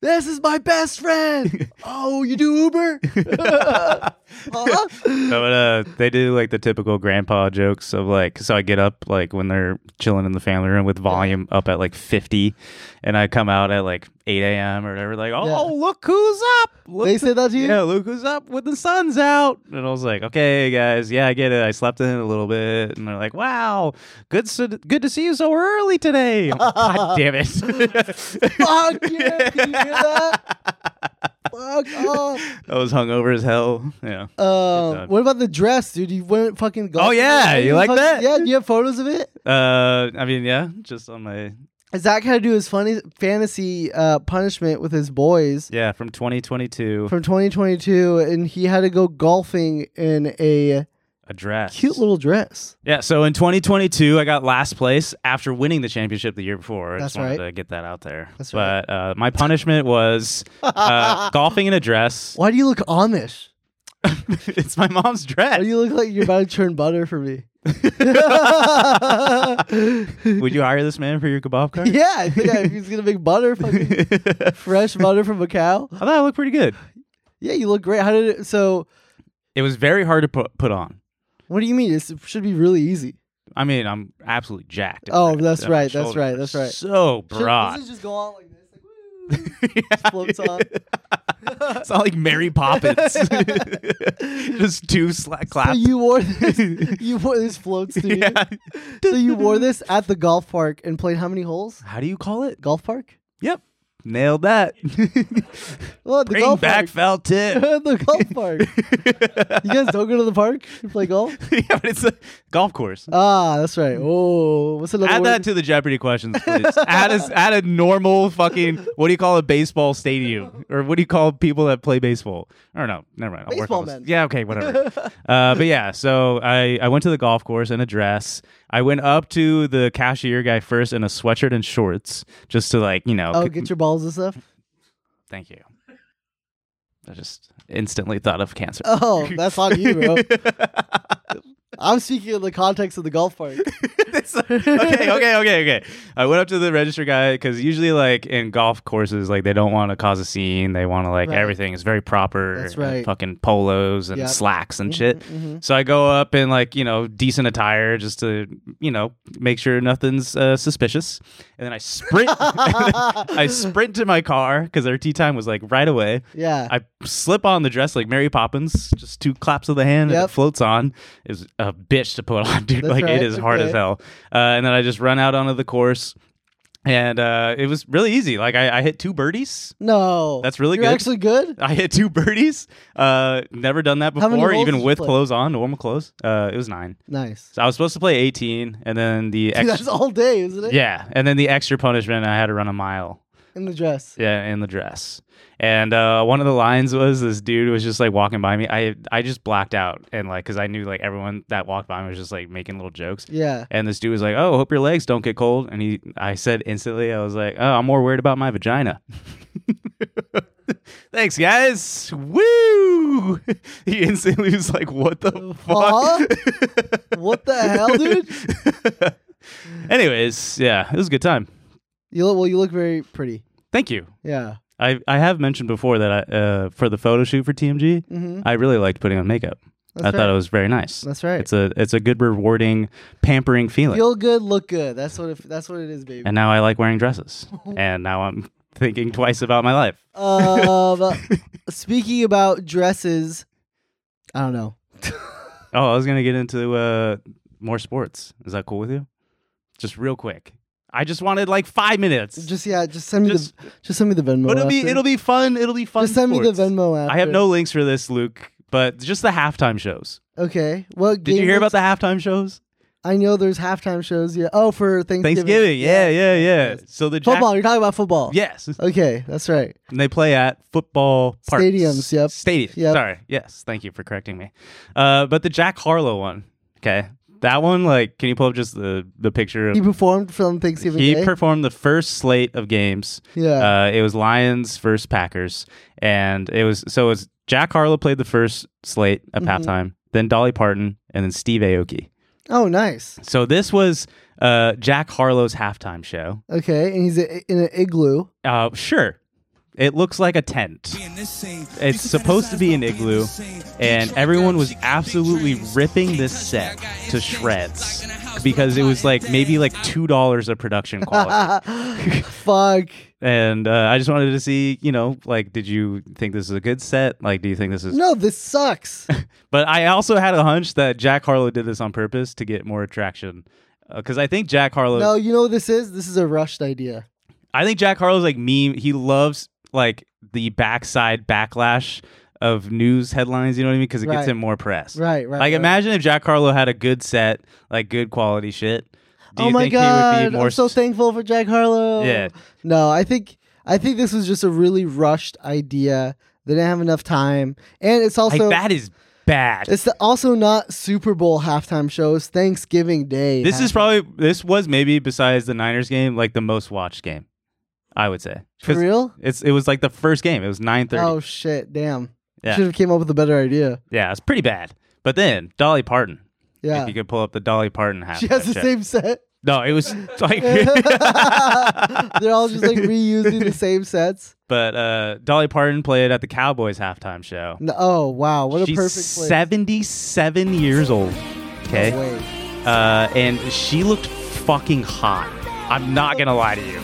A: this is my best friend. oh, you do
B: (laughs)
A: Uber? (laughs) Uh-huh. Huh?
B: No, but, uh, they do like the typical grandpa jokes of like, so I get up like when they're chilling in the family room with volume up at like 50, and I come out at like 8 a.m. or whatever, like, oh,
A: Yeah.
B: look who's up. Look
A: They
B: who-
A: say that to you?
B: Yeah, look who's up when the sun's out. And I was like, okay, guys, yeah, I get it. I slept in a little bit. And they're like, wow, good, so- good to see you so early today. I'm
A: (laughs)
B: like, God damn it.
A: Fuck yeah! Can you hear
B: (laughs)
A: that? Fuck off.
B: (laughs) I was hungover as hell. Yeah.
A: Um,
B: time.
A: what about the dress, dude? You went fucking golf.
B: Oh, yeah, you like that?
A: Yeah, do you have photos of it?
B: Uh, I mean, yeah, just on my
A: Zach had to do his funny fantasy uh, punishment with his boys
B: yeah from 2022
A: from 2022, and he had to go golfing in a
B: address.
A: cute little dress.
B: Yeah, so in 2022, I got last place after winning the championship the year before. I
A: That's
B: just wanted
A: right.
B: to get that out there.
A: That's right.
B: but uh, my punishment was
A: (laughs)
B: uh, golfing in a dress. (laughs)
A: Why do you look Amish?
B: it's my mom's dress.
A: Why do you (laughs) look like you're about to turn butter for me?
B: (laughs)
A: (laughs)
B: Would you hire this man for your kebab cart?
A: Yeah, (laughs) I think I, he's gonna make butter, fucking fresh butter from a cow.
B: (laughs) I thought I looked pretty good.
A: Yeah, you look great. How did it? So,
B: It was very hard to put, put on.
A: what do you mean? This should be really easy.
B: I mean, I'm absolutely jacked.
A: Oh,
B: Right.
A: that's
B: Yeah, my
A: right, that's
B: shoulders
A: right,
B: are
A: that's right.
B: So
A: Should-
B: broad.
A: Does it just go on like this? Like, woo,
B: (laughs)
A: floats on.
B: It's not like
A: (laughs)
B: Mary Poppins. Just two slack
A: So
B: claps.
A: you wore this. You wore this floats to you.
B: (laughs) Yeah.
A: So you wore this at the golf park and played how many holes?
B: How do you call it?
A: Golf
B: (laughs)
A: park.
B: Yep.
A: (laughs)
B: Nailed that.
A: Well, the
B: Bring
A: golf
B: back
A: park. (laughs)
B: foul tip. (laughs)
A: the golf park. you guys don't go to the park and play golf.
B: yeah, but it's a golf course.
A: Ah, that's
B: (laughs)
A: right. Oh, what's another
B: add
A: word?
B: that to the Jeopardy questions,
A: (laughs)
B: please. add, a, add a normal fucking, what do you call a baseball stadium? Or what do you call people that play baseball? Or no, never mind. I'll work
A: Baseball
B: on this.
A: men.
B: Yeah, okay, whatever.
A: (laughs)
B: uh, but yeah, so I, I went to the golf course in a dress. I went up to the cashier guy first in a sweatshirt and shorts just to like, you know.
A: oh,
B: c-
A: get your balls and stuff.
B: Thank you. I just instantly thought of cancer. (laughs)
A: Oh, that's on you, bro. I'm speaking in the context of the golf park.
B: okay, okay, okay, okay. I went up to the register guy because usually, like in golf courses, like they don't want to cause a scene. They want to like
A: Right.
B: everything is very proper.
A: That's
B: and
A: right.
B: fucking polos and
A: Yep. Mm-hmm,
B: slacks
A: (laughs)
B: and shit. So I go up in like you know decent attire just to you know make sure nothing's uh, suspicious, and then I sprint. (laughs)
A: Ah,
B: I sprint to my car because their tea time was like right away.
A: Yeah.
B: I slip on the dress like Mary Poppins, just two claps of the hand, and
A: Yep.
B: it floats on. Is a bitch to put on, (laughs) dude.
A: That's
B: like
A: right,
B: it is hard
A: okay.
B: as hell. Uh, and then I just run out onto the course, and uh, it was really easy. Like I, I hit two birdies. (laughs)
A: no.
B: That's really
A: You're
B: good.
A: actually good?
B: I hit two birdies. Uh, never done that
A: How many
B: before,
A: holes did
B: even
A: you
B: with
A: play?
B: clothes on, normal clothes. Uh, it was nine.
A: Nice.
B: So I was supposed to play eighteen, and then the
A: Dude,
B: extra,
A: that's all day, isn't it?
B: yeah, and then the extra punishment. I had to run a mile.
A: In the dress.
B: Yeah, in the dress. And uh, one of the lines was this dude was just like walking by me. I I just blacked out and like because I knew like everyone that walked by me was just like making little jokes.
A: Yeah.
B: And this dude was like, "Oh, hope your legs don't get cold." And he, I said instantly, I was like, "Oh, I'm more worried about my vagina." (laughs) Thanks, guys. Woo! (laughs) He instantly was like, "What the fuck?"
A: Huh?
B: (laughs)
A: what the hell, dude?
B: Anyways, yeah, it was a good time.
A: You look well. You look very pretty.
B: Thank you.
A: Yeah.
B: I, I have mentioned before that I, uh, for the photo shoot for TMG, I really liked putting on makeup. I
A: Mm-hmm. right.
B: thought it was very nice.
A: That's right.
B: It's a it's a good rewarding pampering feeling.
A: Feel good, look good. That's what. It, that's what it is, baby.
B: and now I like
A: (laughs)
B: wearing dresses. and now I'm thinking twice about my life. (laughs)
A: Um, speaking about dresses, I don't know.
B: Oh, I was gonna get into uh, more sports. Is that cool with you? Just real quick. I just wanted like five minutes.
A: Just yeah. Just send me
B: Just-
A: the. Just send me the Venmo.
B: but it'll be
A: after.
B: it'll be fun. It'll be fun.
A: Just send me the
B: sports.
A: Venmo. After.
B: I have no links for this, Luke. But just the halftime shows.
A: Okay. What
B: Did you hear about the halftime shows?
A: I know there's halftime shows. Yeah. Oh, for Thanksgiving.
B: Thanksgiving. Yeah, yeah, yeah.
A: Yes.
B: So the Jack-
A: Football. You're talking about football.
B: Yes.
A: Okay, that's right.
B: And they play at football parks.
A: Stadiums, yep.
B: Stadiums.
A: Yep.
B: Sorry. Yes. Thank you for correcting me. Uh, but the Jack Harlow one. Okay. That one, like, can you pull up just the, the picture
A: He
B: of.
A: performed from Thanksgiving
B: He
A: Day.
B: performed the first slate of games.
A: Yeah.
B: Uh, it was Lions versus Packers. And it was. So it was
A: Mm-hmm.
B: Jack Harlow played the first slate at halftime, then Dolly Parton, and then Steve Aoki.
A: Oh, nice.
B: So this was uh, Jack Harlow's halftime show.
A: Okay, and he's a, in an igloo.
B: Uh, sure, it looks like a tent.
E: It's supposed to be an igloo, and everyone was absolutely ripping this set to shreds because it was like maybe like two
B: dollars
A: (laughs)
B: of production quality.
A: Fuck.
B: and uh, I just wanted to see, you know, like, did you think this is a good set? Like, do you think this is?
A: No, this
B: (laughs)
A: sucks.
B: But I also had a hunch that Jack Harlow did this on purpose to get more attraction, because I think Jack Harlow.
A: no, you know what this is? This is a rushed idea.
B: I think Jack Harlow's like meme. He loves like the backside backlash of news headlines. You know what I mean? Because it
A: Right.
B: gets him more press.
A: Right, right.
B: Like
A: right.
B: imagine if Jack Harlow had a good set, like good quality shit. Do
A: oh
B: you
A: my
B: think
A: god,
B: he would be more
A: I'm so
B: s-
A: thankful for Jack Harlow.
B: Yeah.
A: No, I think I think this was just a really rushed idea. They didn't have enough time, and it's
B: like
A: also
B: that is bad.
A: it's also not Super Bowl halftime shows. Thanksgiving Day.
B: This is
A: halftime.
B: probably this was maybe besides the Niners game like the most watched game, I would say. 'Cause
A: for real.
B: It's it was like the first game. It was nine thirty.
A: Oh shit! Damn.
B: Yeah.
A: Should have came up with a better idea.
B: Yeah, it's pretty bad. But then Dolly Parton.
A: Yeah.
B: If you could pull up the Dolly Parton half.
A: She has the same set.
B: No,
A: (laughs)
B: it was like (laughs)
A: They're all just like reusing the same sets.
B: But uh, Dolly Parton played at the Cowboys halftime show.
A: No, oh wow, what a
B: She's
A: perfect place.
B: seventy-seven years old. Okay,
A: Wait.
B: uh, and she looked fucking hot. I'm not gonna lie to you.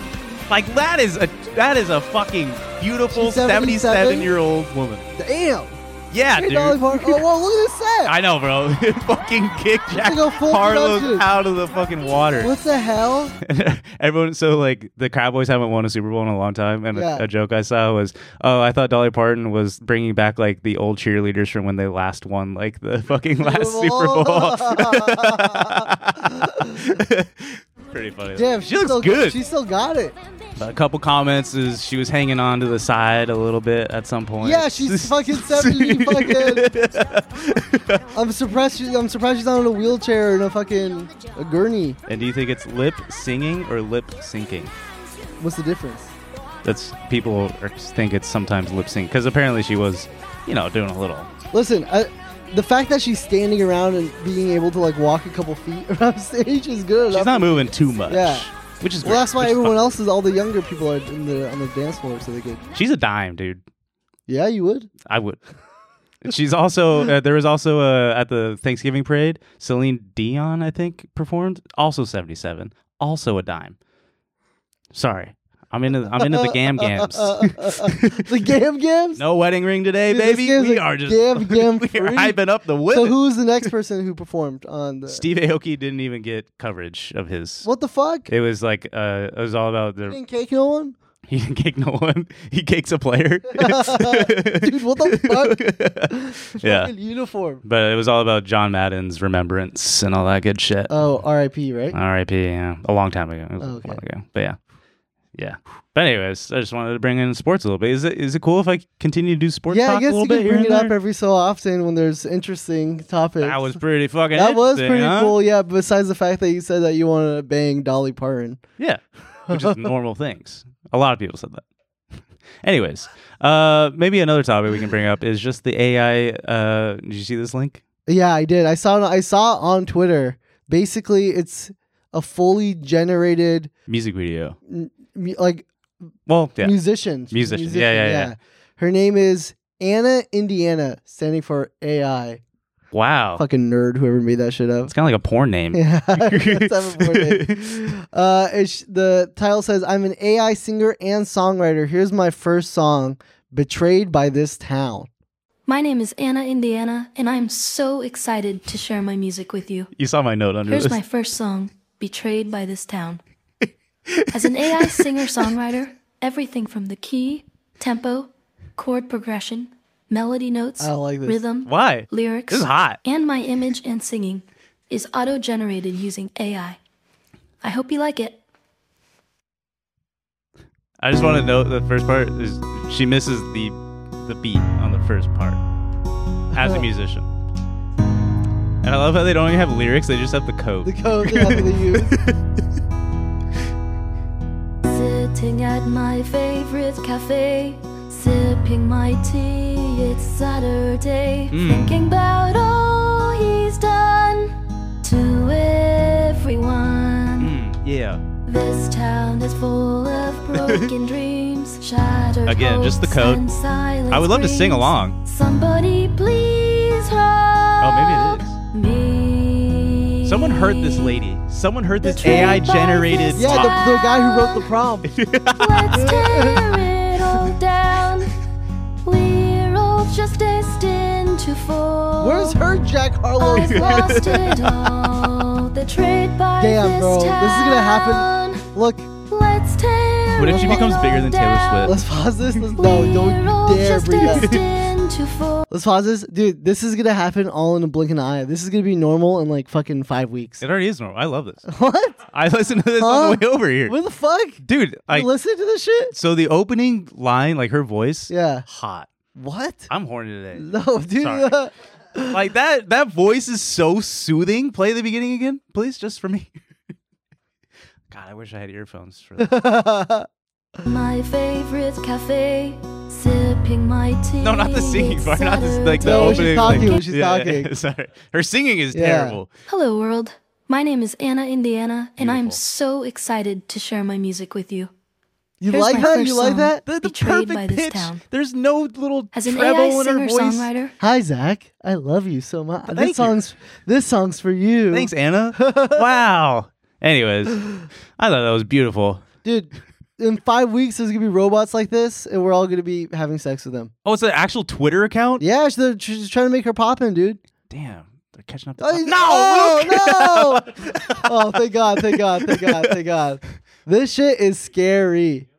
B: Like that is a that is a fucking beautiful
A: She's 77?
B: seventy-seven-year-old woman.
A: Damn.
B: (laughs) Yeah,
A: Hey,
B: dude.
A: Dolly Parton. Oh whoa, look at this set.
B: I know, bro. (laughs) fucking kick Jack
A: They go full
B: Harlow
A: production.
B: out of the fucking water.
A: what the
B: (laughs)
A: hell?
B: Everyone, so like the Cowboys haven't won a Super Bowl in a long time, and a-
A: Yeah.
B: a, joke I saw was, "Oh, I thought Dolly Parton was bringing back like the old cheerleaders from when they last won like the fucking last Super
A: (laughs)
B: Bowl." (laughs) Pretty funny.
A: Damn,
B: she
A: she's
B: looks
A: still,
B: good.
A: She still got it.
B: a couple comments is she was hanging on to the side a little bit at some point.
A: Yeah, she's fucking
B: (laughs)
A: seventy. fucking. I'm surprised. She, I'm surprised she's not in a wheelchair or in a fucking a gurney.
B: and do you think it's lip singing or lip syncing?
A: What's the difference?
B: That's people are- think it's sometimes lip sync because apparently she was, you know, doing a little.
A: Listen, I, the fact that she's standing around and being able to like walk a couple feet (laughs) around stage is good.
B: She's not moving too much.
A: Yeah.
B: Which is
A: Well, that's
B: (laughs)
A: why
B: which is
A: everyone
B: fine.
A: else is all the younger people are in the on the dance floor, so they could.
B: She's a dime, dude.
A: Yeah, you
B: (laughs)
A: would.
B: I would. She's also
A: (laughs)
B: uh, there was also uh, at the Thanksgiving parade. Celine Dion, I think, performed. Also seventy seven. Also a dime. Sorry, I'm into I'm into the
A: (laughs)
B: gam gams.
A: The Gam Gams.
B: no wedding ring today,
A: Dude, this
B: baby.
A: guy's
B: We
A: a
B: are just (laughs)
A: gam gam
B: we are
A: freak.
B: hyping up the
A: So
B: women.
A: who's the next person who performed on the?
B: Steve Aoki didn't even get coverage of his.
A: What the fuck?
B: It was like uh, it was all about the
A: Didn't cake no one?
B: (laughs) he didn't kick no one. He kicks
A: (laughs)
B: a player.
A: Dude, what
B: (laughs)
A: the fuck?
B: yeah.
A: Fucking uniform.
B: But it was all about John Madden's remembrance and all that good shit.
A: Oh, R.I.P. Right?
B: R.I.P. Yeah, a long time ago. It was a
A: Okay.
B: while ago. But yeah, yeah. But anyways, I just wanted to bring in sports a little bit. Is it is it cool if I continue to do sports
A: yeah,
B: talk
A: I guess
B: a
A: you
B: little bit
A: can
B: here
A: bring it
B: and
A: up
B: there?
A: every so often when there's interesting topics.
B: That was pretty fucking.
A: that was
B: interesting,
A: pretty
B: huh?
A: cool. Yeah, besides the fact that you said that you want to bang Dolly Parton. (laughs)
B: Yeah, which is normal things. A lot of people said that. (laughs) anyways, uh, maybe another topic we can bring up is just the AI. Uh, did you see this link?
A: Yeah, I did. I saw. it- I saw it on Twitter. Basically, it's a fully generated
B: Music video.
A: mu- like
B: Well, yeah.
A: musician.
B: Musician. Yeah, yeah, yeah.
A: Her name is Anna Indiana, standing for AI.
B: Wow.
A: Fucking nerd, whoever made that shit up.
B: It's kind of like a porn name.
A: Yeah, let's have a board name. (laughs) Uh, it's, the title says, "I'm an AI singer and songwriter. Here's my first song, Betrayed by This Town." (laughs)
F: My name is Anna Indiana, and I am so excited to share my music with you.
B: You saw my note under
F: Here's
B: this.
F: my first song, Betrayed by
A: (laughs)
F: This Town. As an AI singer songwriter, everything from the key, tempo, chord progression, melody notes,
A: I like this.
F: rhythm,
B: (laughs) Why?
F: lyrics,
B: This is hot.
F: and my image and singing is auto generated using AI. I hope you like it.
B: I just want to note the first part is she misses the the beat on the first part as a musician. And I love how they don't even have lyrics; they just have the code.
A: The code they have to
B: (laughs)
A: use.
F: Sitting at my favorite cafe, sipping my tea, it's
B: Hmm.
F: Saturday. Thinking about all he's done to
B: Hmm,
F: This town is
B: (laughs)
F: full of broken dreams, shattered
B: Again, just the code. I would love to sing along.
F: Somebody please
B: Oh,
F: help
B: maybe it
F: me.
B: is. Someone heard this lady. Someone heard this AI generated.
A: Yeah, the, the guy who wrote the prom.
F: Let's tear it all down. We're all just destined to fall.
A: Where's her Jack Harlow?
F: I've lost it all. The trade by
A: Damn,
F: this
A: bro. This is gonna happen.
F: town.
A: (laughs) Look,
F: Let's tear
B: What if she
F: it
B: becomes
F: all
B: bigger than Taylor
F: down.
B: Swift?
A: let's pause this. Let's, no,
F: We're all
A: don't you dare
F: just
A: bring that.
F: destined to fall.
A: Let's pause this. Dude, this is gonna happen all in a blink of an eye. This is gonna be normal in like fucking five weeks.
B: It already is normal. I love this.
A: (laughs) What?
B: I (laughs) listened to this
A: Huh?
B: on the way over here.
A: What the fuck?
B: Dude,
A: you
B: I
A: listen to this shit?
B: so the opening line, like her voice,
A: Yeah.
B: hot.
A: What?
B: I'm horny today.
A: No, (laughs) dude.
B: Sorry. (laughs) like that that voice is so soothing. Play the beginning again, please, just for me. (laughs) God, I wish I had earphones for that.
F: My favorite cafe, sipping my tea.
B: (laughs) No, not the singing part, not this like the
A: No, when Oh, she's
B: opening.
A: talking,
B: like,
A: when she's
B: (laughs) yeah,
A: talking.
B: yeah, sorry. Her singing is
A: Yeah.
B: terrible.
F: Hello, world. My name is Anna Indiana, and I am
B: Beautiful.
F: so excited to share my music with you.
A: you
F: Here's
A: like
F: my
A: that?
F: first
A: You like
F: song.
A: that?
B: The, the
F: Betrayed
B: perfect
F: by this
B: pitch.
F: town.
B: There's no little
F: As an
B: treble
F: AI
B: in her
F: singer
B: voice.
F: songwriter,
A: Hi, Zach. I love you so much.
B: Thank you.
A: this song's this song's for you.
B: Thanks, Anna. (laughs) wow. (gasps) Anyways, I thought that was beautiful.
A: dude. In five weeks, there's gonna be robots like this, and we're all gonna be having sex with them.
B: Oh, it's an actual Twitter account?
A: Yeah, she's- they're- she's trying to make her poppin', dude.
B: Damn. They're catching up. To-
A: Oh,
B: no! Luke!
A: oh, no! oh, thank God, thank God, thank God, thank God. This shit is scary.
B: (laughs)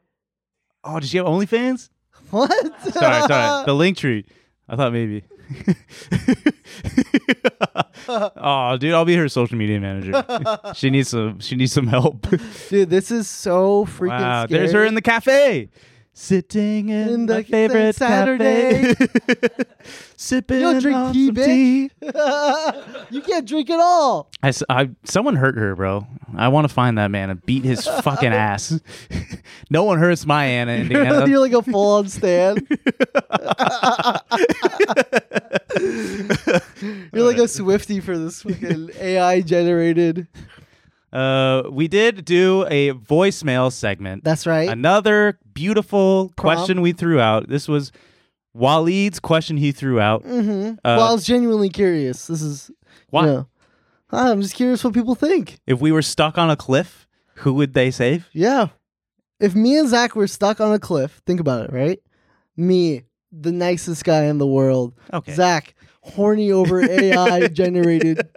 B: Oh, does she have OnlyFans?
A: What?
B: Sorry,
A: (laughs)
B: sorry. The link tree. I thought maybe. (laughs) oh, dude, I'll be her social
A: (laughs)
B: media manager. she needs some. She needs some help.
A: Dude, this is so freaking
B: (laughs) wow,
A: scary.
B: there's her in the cafe, sitting in,
A: In
B: the
A: the-
B: favorite
A: Saturday. (laughs)
B: cafe. sipping
A: Yo, drink
B: on
A: tea,
B: some
A: bitch.
B: tea.
A: you can't drink at all.
B: I, s- I- someone hurt her, bro. I want to find that man and beat his fucking
A: (laughs)
B: ass. no one hurts my Anna, Indiana.
A: You're like a full on stand. You're like a Swifty for this fucking AI generated.
B: Uh, we did do a voicemail segment.
A: That's right.
B: Another beautiful
A: Prompt.
B: question we threw out. This was Waleed's question he threw out. Mm-hmm.
A: well, I was genuinely curious. This is
B: Why?
A: You know, I'm just curious what people think.
B: If we were stuck on a cliff, who would they save?
A: Yeah. If me and Zach were stuck on a cliff, think about it, right? Me, the nicest guy in the world.
B: Okay.
A: Zach, horny over
B: (laughs)
A: AI generated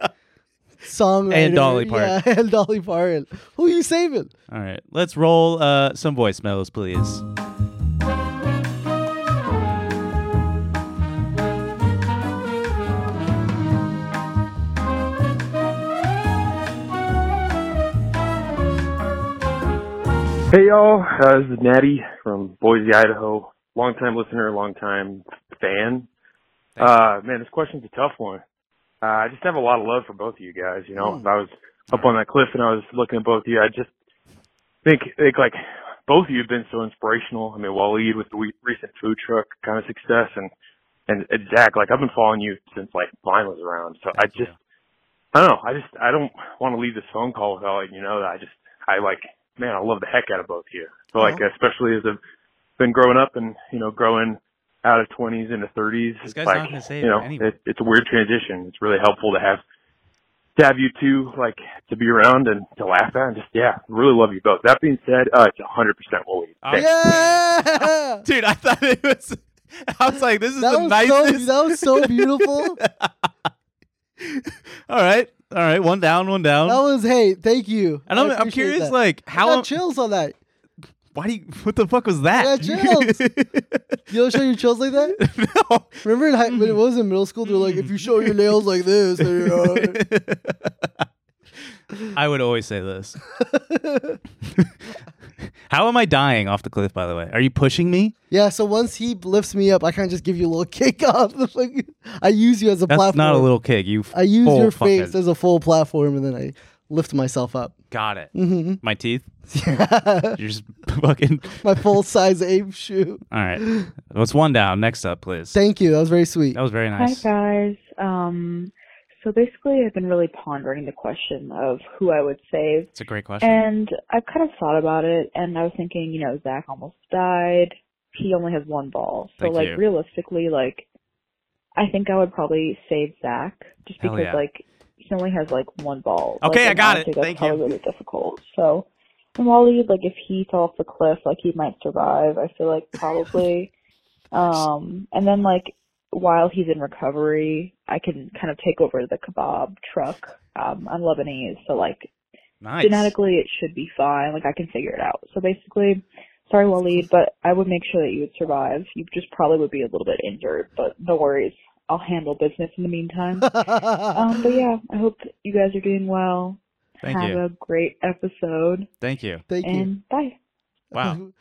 A: songwriter.
B: And Dolly
A: Yeah, (laughs) and Dolly Parton. Who you saving?
B: All right, let's roll uh, some voicemails, please.
G: Hey y'all, uh, this is Natty from Boise, Idaho. Long time listener, long time fan. Uh, man, this question's a tough one. Uh, I just have a lot of love for both of you guys. You know, if
D: Hmm.
G: I was up on that cliff and I was looking at both of you, I just think, think like both of you have been so inspirational. I mean, Waleed with the we- recent food truck kind of success and, and, and Zach, like I've been following you since like mine was around. So I just, I don't know. I just I don't want to leave this phone call without letting you know that I just I like man I love the heck out of both of you. So like especially as I've been growing up and you know growing out of twenties into thirties.
B: This guy's
G: like,
B: not gonna say it
G: you know
B: for anyone.
G: it, it's a weird transition. It's really helpful to have to have you two like to be around and to laugh at and just yeah really love you both. That being said, uh, it's hundred percent Wooly.
B: Oh, (laughs)
A: Yeah.
B: Dude, I thought it was. I was like, this is
A: That
B: the
A: was,
B: nicest.
A: so, that was
B: (laughs)
A: so beautiful. that
B: All right, all right, one down, one down.
A: was hey, thank you.
B: and
A: I
B: I'm, I'm
A: appreciate
B: curious,
A: that.
B: like,
A: I
B: how?
A: got chills on that.
B: Why do you? What the fuck was that?
A: I got You don't show your chills like that?
B: (laughs) no.
A: Remember in high, when it was in middle school, they're like, if you show your nails like this, then
B: (laughs)
A: you're, uh,
B: I would always
A: (laughs)
B: say this. (laughs) How am I dying off the cliff, by the way? Are you pushing me?
A: Yeah, so once he lifts me up, I kind of just give you a little (laughs) kick off. the fucking- I use you as a
B: That's
A: platform.
B: not a little kick. You
A: I use
B: full
A: your
B: fucking-
A: face as a full platform, and then I lift myself up. (laughs)
B: Got it.
A: Mm-hmm.
B: My teeth? You're just (laughs) fucking.
A: My full size ape shoe.
B: All right. What's one down? Next up, please.
A: Thank you. That was very sweet.
B: That was very nice.
E: guys. Um,
H: So basically, I've been really pondering the question of who I would save.
B: It's a great question.
H: And I've kind of thought about it, and I was thinking, you know, Zach almost died. He only has one ball. So,
B: Thank
H: like,
B: you.
H: realistically, like, I think I would probably save Zach just
B: Hell
H: because,
B: yeah.
H: like, he only has, like, one ball.
B: Okay,
H: Like,
B: I
H: and
B: got
H: honestly,
B: it.
H: That's
B: Thank
H: probably
B: you.
H: really difficult. So, and Wally, like, if he fell off the cliff, like, he might survive. I feel like probably. um, and then, like, while he's in recovery, I can kind of take over the kebab truck. Um, I'm Lebanese, so like
B: Nice.
H: genetically it should be fine. Like I can figure it out. So basically, sorry Waleed, but I would make sure that you would survive. You just probably would be a little bit injured, but no worries. I'll handle business in the meantime. um, but yeah, I hope you guys are doing well.
B: Thank
H: Have
B: you.
H: a great episode.
B: Thank you.
A: Thank
H: and
A: you.
H: bye.
A: (laughs)
B: Wow.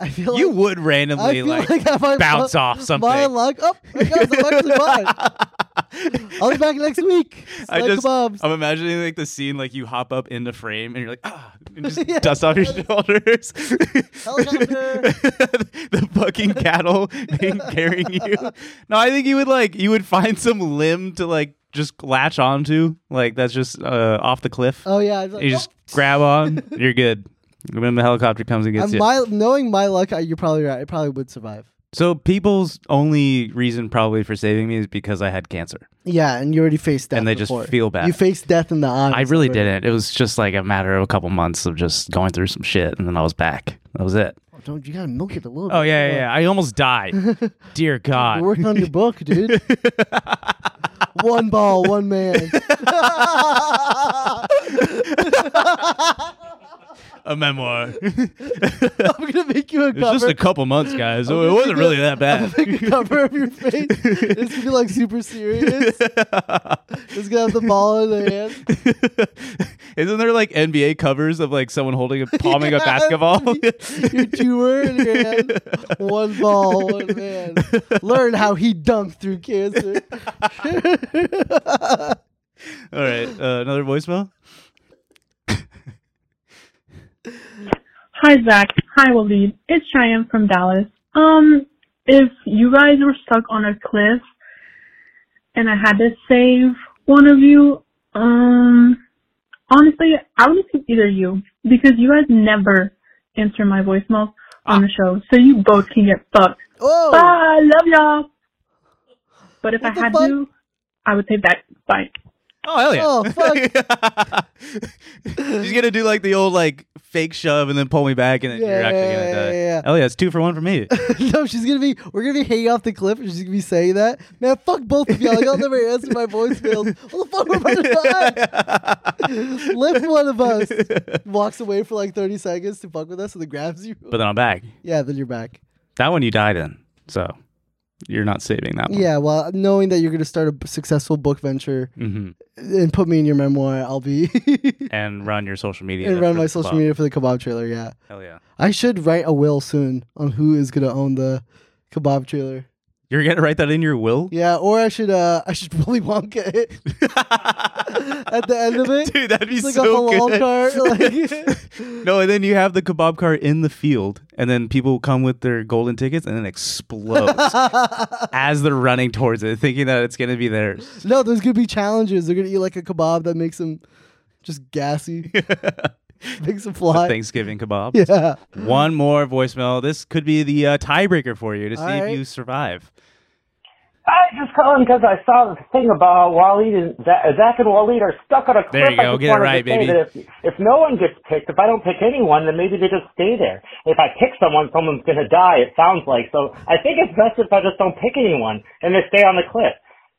A: I feel
B: you
A: like,
B: would
A: I
B: randomly
A: feel
B: like,
A: I might-
B: bounce off something.
A: My luck. Oh, hey guys, I'm actually fine.
B: (laughs)
A: I'll be back next week. (laughs)
B: I
A: Like
B: just,
A: kebabs.
B: I'm imagining like the scene like you hop up into frame and you're like ah, and
A: (laughs)
B: just
A: Yeah.
B: dust off your shoulders.
A: Helicopter.
B: (laughs) the fucking cattle
A: (laughs)
B: being carrying you. No, I think you would like you would find some limb to like just latch onto, like that's just uh, off the cliff.
A: Oh yeah, I'd be like,
B: you just
A: (laughs)
B: grab on, you're good. And Then the helicopter comes and
A: oh.
B: gets
A: And
B: you.
A: my knowing my luck, I- you're probably right. I probably would survive.
B: so people's only reason probably for saving me is because I had cancer.
A: Yeah, and you already faced death.
B: And they just
A: before.
B: feel bad.
A: You faced death in the eye.
B: I really didn't. It was just like a matter of a couple months of just going through some shit, and then I was back. That was it.
A: oh, Don't you gotta milk it a little?
B: Oh
A: bit.
B: yeah, yeah. yeah. I
A: (laughs)
B: almost died. Dear
A: You're
B: God.
A: working on your book, dude. one ball, one
B: (laughs)
A: man.
B: (laughs) a
A: (laughs)
B: memoir.
A: I'm gonna make you a
B: It's
A: cover.
B: just a couple months, guys. So it wasn't really that bad. (laughs)
A: Make a cover of your face. It's gonna be like super
B: (laughs)
A: serious. It's gonna have the ball in the hand.
B: Isn't there like NBA covers of like someone holding a palming
A: (laughs)
B: a
A: Yeah,
B: basketball? (laughs)
A: your tour in your hand. One ball, one man. Learn how he dunked through cancer.
B: All right, uh, another voicemail.
I: Hi, Zach. Hi, Waleed. It's Cheyenne from Dallas. Um, if you guys were stuck on a cliff and I had to save one of you, um, honestly, I would pick either you because you guys never answer my voicemail on the show, so you both can get fucked.
A: Oh,
I: Bye. Love y'all. But if
A: What
I: I
A: the
I: had
A: fuck?
I: to, I would say that. Bye.
B: Oh hell yeah!
A: Oh,
B: fuck! (laughs) She's gonna do like the old like fake shove and then pull me back and then you're
A: Yeah,
B: actually
A: yeah,
B: gonna die.
A: yeah, yeah.
B: Hell yeah! It's two for one for me.
A: (laughs) no, she's gonna be. We're gonna be hanging off the cliff, and she's gonna be saying that. Man, fuck both of y'all. Y'all never answered my voicemails. What the fuck? We're about to die. Lift one of us. Walks away for like thirty seconds to fuck with us, and then grabs you. (laughs)
B: but then I'm back.
A: Yeah, then you're back.
B: That one you died in, so you're not saving that one.
A: Yeah, well, knowing that you're gonna start a b- successful book venture
B: hmm
A: and put me in your memoir, I'll be (laughs)
B: And run your social media.
A: and run
B: for
A: my
B: the
A: social
B: club.
A: media for the kebab trailer. Yeah,
B: Hell yeah!
A: I should write a will soon on who is gonna own the kebab trailer.
B: You're gonna write that in your will,
A: Yeah, or I should uh (laughs) I should Willy Wonka it
B: (laughs)
A: at the end of it.
B: dude. That'd be
A: It's like a
B: so
A: halal
B: good.
A: cart.
B: (laughs)
A: Like, (laughs)
B: no, and then you have the kebab cart in the field, and then people come with their golden tickets, and then
A: (laughs)
B: it explodes as they're running towards it, thinking that it's gonna be
A: (laughs)
B: theirs.
A: no, there's gonna be challenges. They're gonna eat like a kebab that makes them just
B: (laughs)
A: gassy, makes them
B: The
A: fly.
B: Thanksgiving kebab.
A: (laughs) Yeah.
B: One more voicemail. This could be the uh, tiebreaker for you to see
A: All
B: if
A: right.
B: you survive.
J: I just calling because I saw the thing about Waleed and Zach, Zach and Waleed are stuck on a cliff.
B: There you
J: I
B: go.
J: just
B: Get it
J: wanted to
B: right,
J: say
B: baby.
J: That if, if no one gets picked, if I don't pick anyone, then maybe they just stay there. If I pick someone, someone's going to die, it sounds like. So I think it's best if I just don't pick anyone and they stay on the cliff.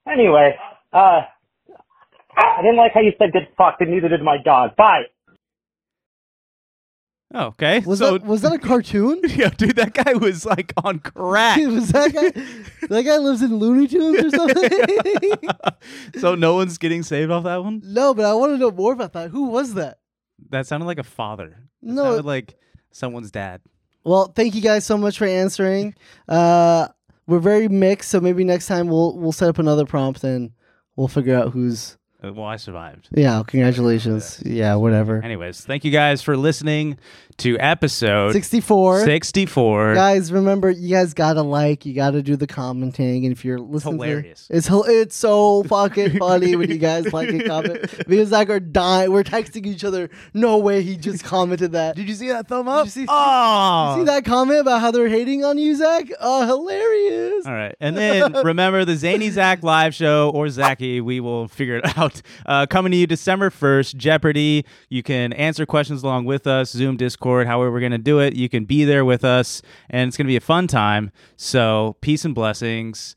J: Anyway, uh, I didn't like how you said good fuck, and neither did my dog. Bye.
B: Oh, okay.
A: Was
B: so,
A: that was that a cartoon?
B: (laughs) yeah, dude, that guy was like on crack.
A: Dude, (laughs) was that guy?
B: (laughs)
A: That guy lives in Looney Tunes or something. (laughs)
B: (laughs) so no one's getting saved off that one.
A: no, but I want to know more about that. Who was that?
B: That sounded like a father. That
A: No.
B: sounded like someone's dad.
A: Well, thank you guys so much for answering. Uh, we're very mixed, so maybe next time we'll we'll set up another prompt and we'll figure out who's
B: Uh, Well, I survived.
A: Yeah, congratulations. Yeah, whatever.
B: Anyways, thank you guys for listening to episode
A: 64.
B: 64.
A: Guys, remember, you guys gotta like, you gotta do the commenting, and if you're listening,
B: hilarious.
A: To, it's hil- it's so fucking funny when you guys like and (laughs) comment. Me and Zach are dying. We're texting each other. No way, he just commented that. Did
B: you see that thumb up?
A: Did you see,
B: Oh!
A: you see that comment about how they're hating on you, Zach? Oh, hilarious.
B: (laughs) All right. And then remember the Zany Zach live show or Zachy. We will figure it (laughs) out. Uh, coming to you December 1st, Jeopardy. You can answer questions along with us, Zoom, Discord, however we're going to do it. You can be there with us, and it's going to be a fun time. So peace and blessings.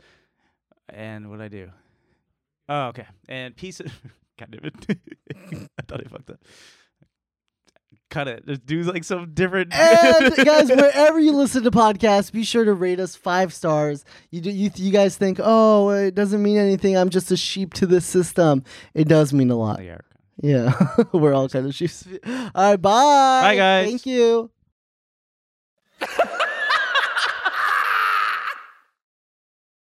B: And what did I do? Oh, okay. And (laughs) peace. God damn it. (laughs) I thought I fucked up. Cut it. Just do like some different. (laughs)
A: And guys, wherever you listen to podcasts, be sure to rate us five stars. You do, you you guys think, oh, it doesn't mean anything. I'm just a sheep to this system. It does mean a lot.
B: Yeah.
A: (laughs) Yeah, we're all kind of sheep. All right, bye.
B: Bye, guys.
A: Thank you.